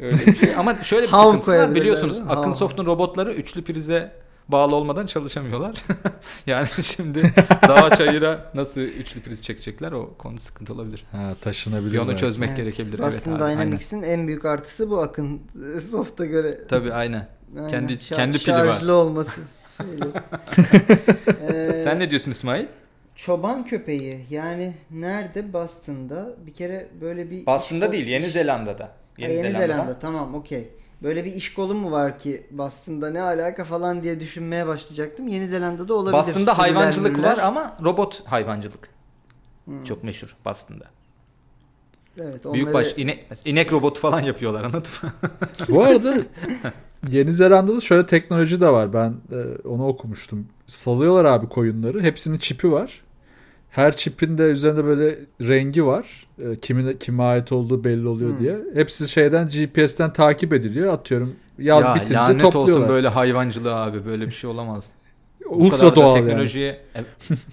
Speaker 2: Öyle bir
Speaker 1: (laughs)
Speaker 2: şey. Ama şöyle bir
Speaker 1: Hav
Speaker 2: sıkıntısı var
Speaker 1: koyabilirler
Speaker 2: biliyorsunuz.
Speaker 1: değil mi? Hav.
Speaker 2: Akınsoft'un robotları üçlü prize bağlı olmadan çalışamıyorlar. (laughs) yani
Speaker 1: (laughs)
Speaker 2: şimdi dağa çayıra nasıl üçlü priz çekecekler o konu sıkıntı olabilir.
Speaker 3: Ha
Speaker 2: Bir onu
Speaker 3: taşınabilir.
Speaker 2: çözmek
Speaker 1: Evet.
Speaker 2: gerekebilir.
Speaker 1: Boston
Speaker 2: evet abi, aynen.
Speaker 1: Dynamics'in en büyük artısı bu akın (laughs) e, soft'a göre.
Speaker 2: Tabii aynen.
Speaker 1: Aynen.
Speaker 2: kendi-
Speaker 1: Şar-
Speaker 2: kendi pili var.
Speaker 1: şarjlı
Speaker 2: (laughs)
Speaker 1: olması. şeyleri. Ee,
Speaker 2: Sen ne diyorsun İsmail?
Speaker 1: Çoban köpeği yani nerede Boston'da bir kere böyle bir
Speaker 2: Aslında
Speaker 1: iş-
Speaker 2: değil Yeni Zelanda'da.
Speaker 1: Ha, Yeni, Zelanda. tamam okey. Böyle bir iş kolu mu var ki Boston'da ne alaka falan diye düşünmeye başlayacaktım. Yeni Zelanda'da olabilir.
Speaker 2: Boston'da hayvancılık
Speaker 1: Sürüler,
Speaker 2: var
Speaker 1: mürüler.
Speaker 2: ama robot hayvancılık.
Speaker 1: Hmm.
Speaker 2: Çok meşhur Boston'da.
Speaker 1: Evet, onları-
Speaker 2: Büyükbaş inek, inek robotu falan yapıyorlar anladın mı?
Speaker 3: Bu arada Yeni Zelanda'da şöyle teknoloji de var. Ben e, onu okumuştum. Salıyorlar abi koyunları. Hepsinin çipi var. Her çipin de üzerinde böyle rengi var. E, kimin kime ait olduğu belli oluyor
Speaker 1: Hmm.
Speaker 3: diye. Hepsi şeyden GPS'ten takip ediliyor. Atıyorum yaz
Speaker 2: ya
Speaker 3: bitince
Speaker 2: lanet
Speaker 3: topluyorlar.
Speaker 2: olsun böyle hayvancılığa abi böyle bir şey olamaz. bu
Speaker 3: Ultra
Speaker 2: kadar
Speaker 3: doğal
Speaker 2: da
Speaker 3: yani.
Speaker 2: teknolojiye e,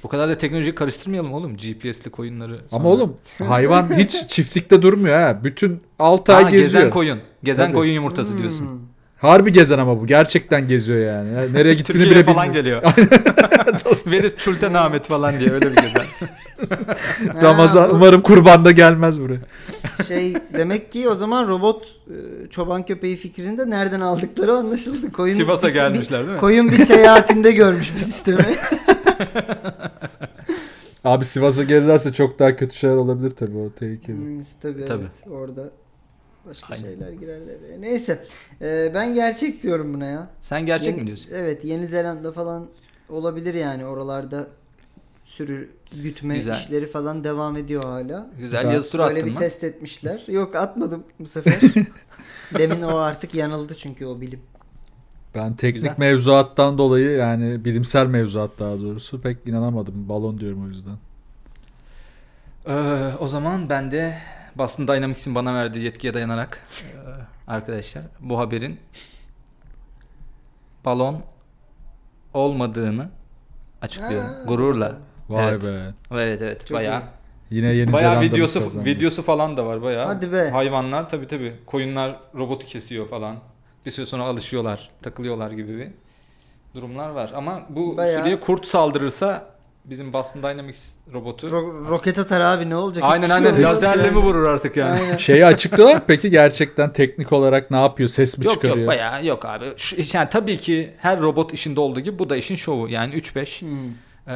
Speaker 2: bu kadar da teknolojiyi karıştırmayalım oğlum. GPS'li koyunları. sonra-
Speaker 3: Ama oğlum hayvan
Speaker 2: (laughs)
Speaker 3: hiç çiftlikte durmuyor ha. Bütün 6
Speaker 2: Ha,
Speaker 3: ay geziyor.
Speaker 2: gezen koyun. Gezen
Speaker 3: Tabii.
Speaker 2: koyun yumurtası diyorsun.
Speaker 1: Hmm.
Speaker 2: (laughs)
Speaker 3: Harbi gezen ama bu. Gerçekten geziyor yani. Ya nereye gittiğini
Speaker 2: Türkiye'ye
Speaker 3: bile
Speaker 2: falan
Speaker 3: bilmiyor.
Speaker 2: geliyor. (laughs) Veris Çulten Ahmet falan diye öyle bir gezen.
Speaker 3: Ramazan
Speaker 1: Ha, bu
Speaker 3: umarım kurbanda gelmez buraya.
Speaker 1: şey demek ki o zaman robot e, çoban köpeği fikrini de nereden aldıkları anlaşıldı. Koyun
Speaker 2: Sivas'a
Speaker 1: bir-
Speaker 2: gelmişler değil
Speaker 1: bir-
Speaker 2: mi?
Speaker 1: koyun bir seyahatinde görmüş bir sistemi.
Speaker 2: (laughs)
Speaker 3: Abi Sivas'a gelirlerse çok daha kötü şeyler olabilir tabii o tehlikeli.
Speaker 1: Neyse, tabii,
Speaker 2: Tabii.
Speaker 1: evet. Orada başka
Speaker 2: Aynen.
Speaker 1: şeyler girer devreye. Neyse. Ee, ben gerçek diyorum buna ya.
Speaker 2: Sen gerçek
Speaker 1: Yeni-
Speaker 2: mi diyorsun?
Speaker 1: Evet. Yeni Zelanda falan olabilir yani. Oralarda sürü gütme
Speaker 2: Güzel.
Speaker 1: işleri falan devam ediyor hala.
Speaker 2: Güzel
Speaker 3: Ben-
Speaker 2: yazı tura
Speaker 1: Böyle
Speaker 2: attın
Speaker 1: bir
Speaker 2: mı?
Speaker 1: test etmişler. Yok atmadım bu
Speaker 2: (laughs)
Speaker 1: sefer. Demin o artık yanıldı çünkü o bilim.
Speaker 3: Ben teknik
Speaker 2: Güzel.
Speaker 3: mevzuattan dolayı yani bilimsel mevzuat daha doğrusu pek inanamadım. Balon diyorum o yüzden.
Speaker 2: Ee, o zaman ben de Boston Dynamics'in bana verdiği yetkiye dayanarak e, arkadaşlar bu haberin balon olmadığını açıklıyorum.
Speaker 1: Aa.
Speaker 2: Gururla.
Speaker 3: Vay
Speaker 2: Evet.
Speaker 3: be.
Speaker 2: Evet evet
Speaker 1: Çok
Speaker 2: bayağı.
Speaker 3: Yine Yeni
Speaker 2: Bayağı
Speaker 3: Zelanda'mız
Speaker 2: videosu
Speaker 3: kazandı.
Speaker 2: videosu falan da var bayağı.
Speaker 1: Hadi be.
Speaker 2: Hayvanlar tabii tabii koyunlar robotu kesiyor falan. Bir süre sonra alışıyorlar, takılıyorlar gibi bir durumlar var. Ama bu
Speaker 1: Bayağı.
Speaker 2: sürüye kurt saldırırsa bizim Boston Dynamics robotu
Speaker 1: Ro- roket atar abi ne olacak?
Speaker 2: aynen
Speaker 1: Hiçbir şey
Speaker 2: aynen
Speaker 1: olmaz
Speaker 2: lazerle
Speaker 1: yani.
Speaker 2: mi vurur artık yani? Şey
Speaker 1: Aynen.
Speaker 3: Şeyi açıklıyorlar mı peki gerçekten teknik olarak ne yapıyor? Ses mi
Speaker 2: Yok
Speaker 3: çıkarıyor?
Speaker 2: yok bayağı yok abi. Şu, yani tabii ki her robot işinde olduğu gibi bu da işin şovu. Yani 3-5
Speaker 1: Hmm.
Speaker 2: e,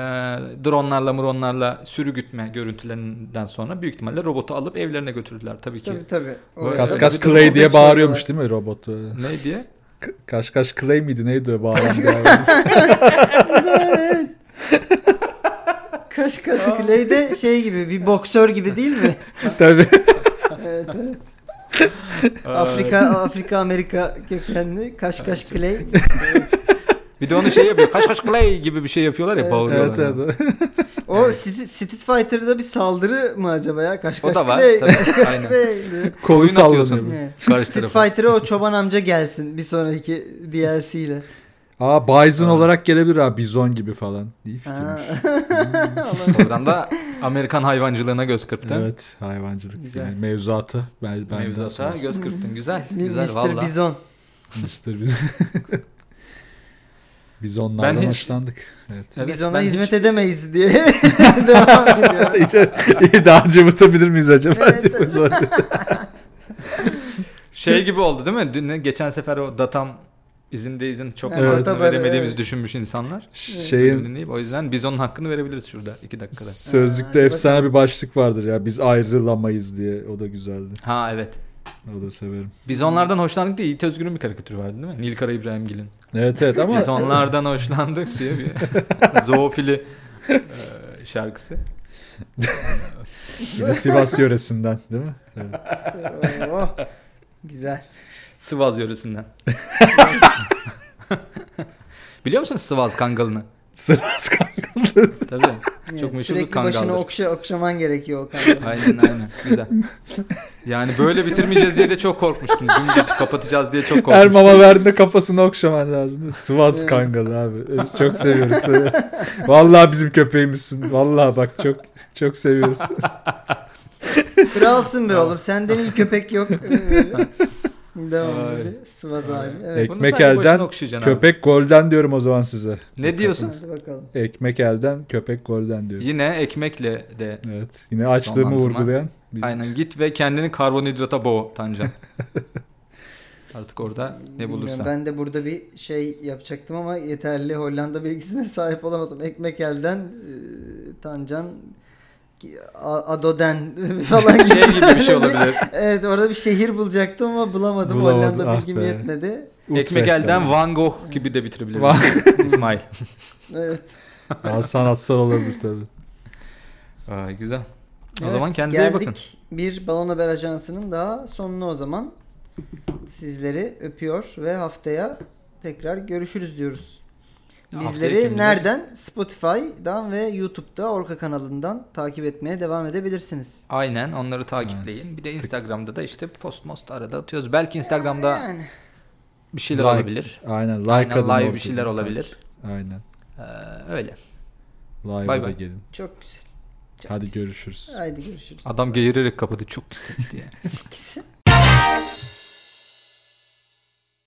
Speaker 2: dronlarla muronlarla sürü gütme görüntülerinden sonra büyük ihtimalle robotu alıp evlerine götürdüler tabii ki.
Speaker 1: Tabii tabii.
Speaker 2: Böyle-
Speaker 3: Kas
Speaker 2: Öyle
Speaker 3: kas
Speaker 1: bir durum
Speaker 3: Clay diye
Speaker 1: olmuş
Speaker 3: bağırıyormuş değil mi robot? Böyle.
Speaker 2: Ne diye?
Speaker 3: K- Kaş kaş Clay miydi neydi o bağıran? bir hayvan?
Speaker 1: Kaş kaşı Clay de şey gibi bir boksör gibi değil mi?
Speaker 3: (laughs) Tabii.
Speaker 1: (laughs) evet, evet. Afrika Afrika Amerika kökenli kaş kaş Clay.
Speaker 2: Bir de onu şey yapıyor. Kaş kaş Clay gibi bir şey yapıyorlar ya bağırıyorlar.
Speaker 3: evet, evet.
Speaker 1: O Street, Street Fighter'da bir saldırı mı acaba ya? Kaş
Speaker 2: O
Speaker 1: kaş
Speaker 2: da var,
Speaker 1: Clay.
Speaker 2: tabii.
Speaker 1: Kaş kaş
Speaker 2: Aynen.
Speaker 1: Clay diye.
Speaker 3: Kolu
Speaker 2: Oyun
Speaker 3: sallanıyor.
Speaker 2: atıyorsun.
Speaker 3: böyle.
Speaker 1: Evet.
Speaker 2: Karşı
Speaker 1: Street
Speaker 2: tarafa.
Speaker 1: Fighter'a o çoban amca gelsin bir sonraki DLC'yle.
Speaker 3: Aa Bison olarak gelebilir ha Bizon gibi falan.
Speaker 1: (laughs)
Speaker 3: İyi
Speaker 1: Ha.
Speaker 3: fikirmiş.
Speaker 2: Oradan da Amerikan hayvancılığına göz kırptın.
Speaker 3: Evet hayvancılık
Speaker 1: Güzel.
Speaker 3: yani mevzuatı. Ben, ben
Speaker 2: Mevzuata göz kırptın. Güzel. Güzel
Speaker 1: Mr.
Speaker 2: valla.
Speaker 1: Bizon.
Speaker 3: Mr. Biz. (laughs) Biz onlardan
Speaker 2: Ben hiç-
Speaker 3: hoşlandık. (laughs) Evet.
Speaker 2: Evet,
Speaker 1: Biz ona
Speaker 2: ben
Speaker 1: hizmet
Speaker 2: hiç-
Speaker 1: edemeyiz diye devam ediyor.
Speaker 3: Hiç, daha cıvıtabilir miyiz acaba?
Speaker 1: Evet.
Speaker 3: diye
Speaker 2: (laughs)
Speaker 3: soracağım.
Speaker 2: Şey gibi oldu değil mi? Dün, geçen sefer o datam izinde izin çok
Speaker 1: Evet.
Speaker 2: hakkını
Speaker 1: Data böyle,
Speaker 2: veremediğimizi
Speaker 1: evet.
Speaker 2: düşünmüş insanlar.
Speaker 3: Şeyin
Speaker 2: Dinleyip, o yüzden biz onun hakkını verebiliriz şurada 2 dakikada.
Speaker 1: Aa,
Speaker 3: sözlükte efsane bir başlık vardır ya. Biz ayrılamayız diye. O da güzeldi.
Speaker 2: Ha evet.
Speaker 3: O da severim.
Speaker 2: Biz onlardan hoşlandık diye Yiğit Özgür'ün bir karikatürü vardı değil mi? Nil Kara İbrahimgil'in.
Speaker 3: Evet evet ama
Speaker 2: Biz onlardan hoşlandık diye
Speaker 1: (laughs)
Speaker 2: bir zoofili e, şarkısı.
Speaker 3: yine Sivas yöresinden değil mi? Evet.
Speaker 1: Oh, Güzel. (laughs)
Speaker 2: Sivas yöresinden. Biliyor musun Sivas kangalını?
Speaker 3: Sivas kanka.
Speaker 2: Tabii.
Speaker 1: Evet,
Speaker 2: Çok meşhur bir
Speaker 1: sürekli başını
Speaker 2: kangaldır.
Speaker 1: okşa, okşaman
Speaker 2: (laughs)
Speaker 1: gerekiyor o kangal.
Speaker 2: Aynen aynen. Güzel. Yani böyle bitirmeyeceğiz diye de çok korkmuştum. Dümdüz kapatacağız diye çok
Speaker 3: Her
Speaker 2: korkmuştum.
Speaker 3: mama verdiğinde kafasını okşaman lazım. değil mi? Sivas kangalı abi. Biz çok seviyoruz. (laughs) Vallahi bizim köpeğimizsin. Vallahi bak çok çok seviyoruz.
Speaker 1: Kralsın be oğlum. Senden iyi köpek
Speaker 2: (laughs)
Speaker 1: yok. Devam
Speaker 2: Ay.
Speaker 1: böyle. Sıvaz abi.
Speaker 3: Ek-
Speaker 1: Evet.
Speaker 2: Bunu
Speaker 3: Ekmek
Speaker 2: sadece
Speaker 3: elden,
Speaker 2: boşuna okşayacaksın abi.
Speaker 3: Köpek golden diyorum o zaman size.
Speaker 2: Ne diyorsun?
Speaker 1: Hadi bakalım.
Speaker 3: Ekmek elden, köpek golden diyorum.
Speaker 2: Yine ekmekle de.
Speaker 3: Evet. Yine açlığımı
Speaker 2: Sonlandırma.
Speaker 3: vurgulayan. bir-
Speaker 2: Aynen git ve kendini karbonhidrata boğ
Speaker 3: (laughs)
Speaker 2: Tancan. Artık orada ne
Speaker 1: Bilmiyorum,
Speaker 2: bulursan.
Speaker 1: Ben de burada bir şey yapacaktım ama yeterli Hollanda bilgisine (laughs) sahip olamadım. Ekmek elden e, Tancan A- Adoden (laughs) falan gibi.
Speaker 2: Şey gibi
Speaker 1: (laughs)
Speaker 2: bir şey olabilir.
Speaker 1: evet orada bir şehir bulacaktım ama bulamadım.
Speaker 3: Bulamadın,
Speaker 1: Hollanda
Speaker 3: ah
Speaker 1: bilgim
Speaker 3: be.
Speaker 1: yetmedi.
Speaker 2: Ekmek
Speaker 3: Utrecht'ten.
Speaker 2: elden Van Gogh gibi de bitirebilirim.
Speaker 3: Van-
Speaker 2: (laughs) İsmail.
Speaker 1: Evet.
Speaker 3: Daha sanatsal olabilir tabii.
Speaker 2: Ay, güzel. O
Speaker 1: Evet,
Speaker 2: zaman kendinize iyi bakın.
Speaker 1: geldik Bir Balon Haber Ajansı'nın daha sonuna o zaman. Sizleri öpüyor ve haftaya tekrar görüşürüz diyoruz.
Speaker 2: Haftaya
Speaker 1: Bizleri
Speaker 2: kim
Speaker 1: nereden? Spotify'dan ve YouTube'da Orka kanalından takip etmeye devam edebilirsiniz.
Speaker 2: Aynen onları takipleyin. Bir de Instagram'da da işte post most arada atıyoruz. Belki Instagram'da
Speaker 1: Yani
Speaker 2: bir şeyler
Speaker 3: Like-
Speaker 2: olabilir.
Speaker 3: Aynen. Like
Speaker 2: (laughs) Aynen
Speaker 3: adını
Speaker 2: live
Speaker 3: ortaya-
Speaker 2: bir şeyler olabilir.
Speaker 3: Aynen.
Speaker 2: Ee, öyle.
Speaker 3: Live'a
Speaker 2: Bay
Speaker 3: da
Speaker 2: bay.
Speaker 3: gelin.
Speaker 1: Çok güzel. Çok
Speaker 3: Hadi
Speaker 1: güzel.
Speaker 3: görüşürüz.
Speaker 1: Haydi görüşürüz. (laughs)
Speaker 2: Adam geğirerek kapadı çok güzel diye.
Speaker 1: Adam.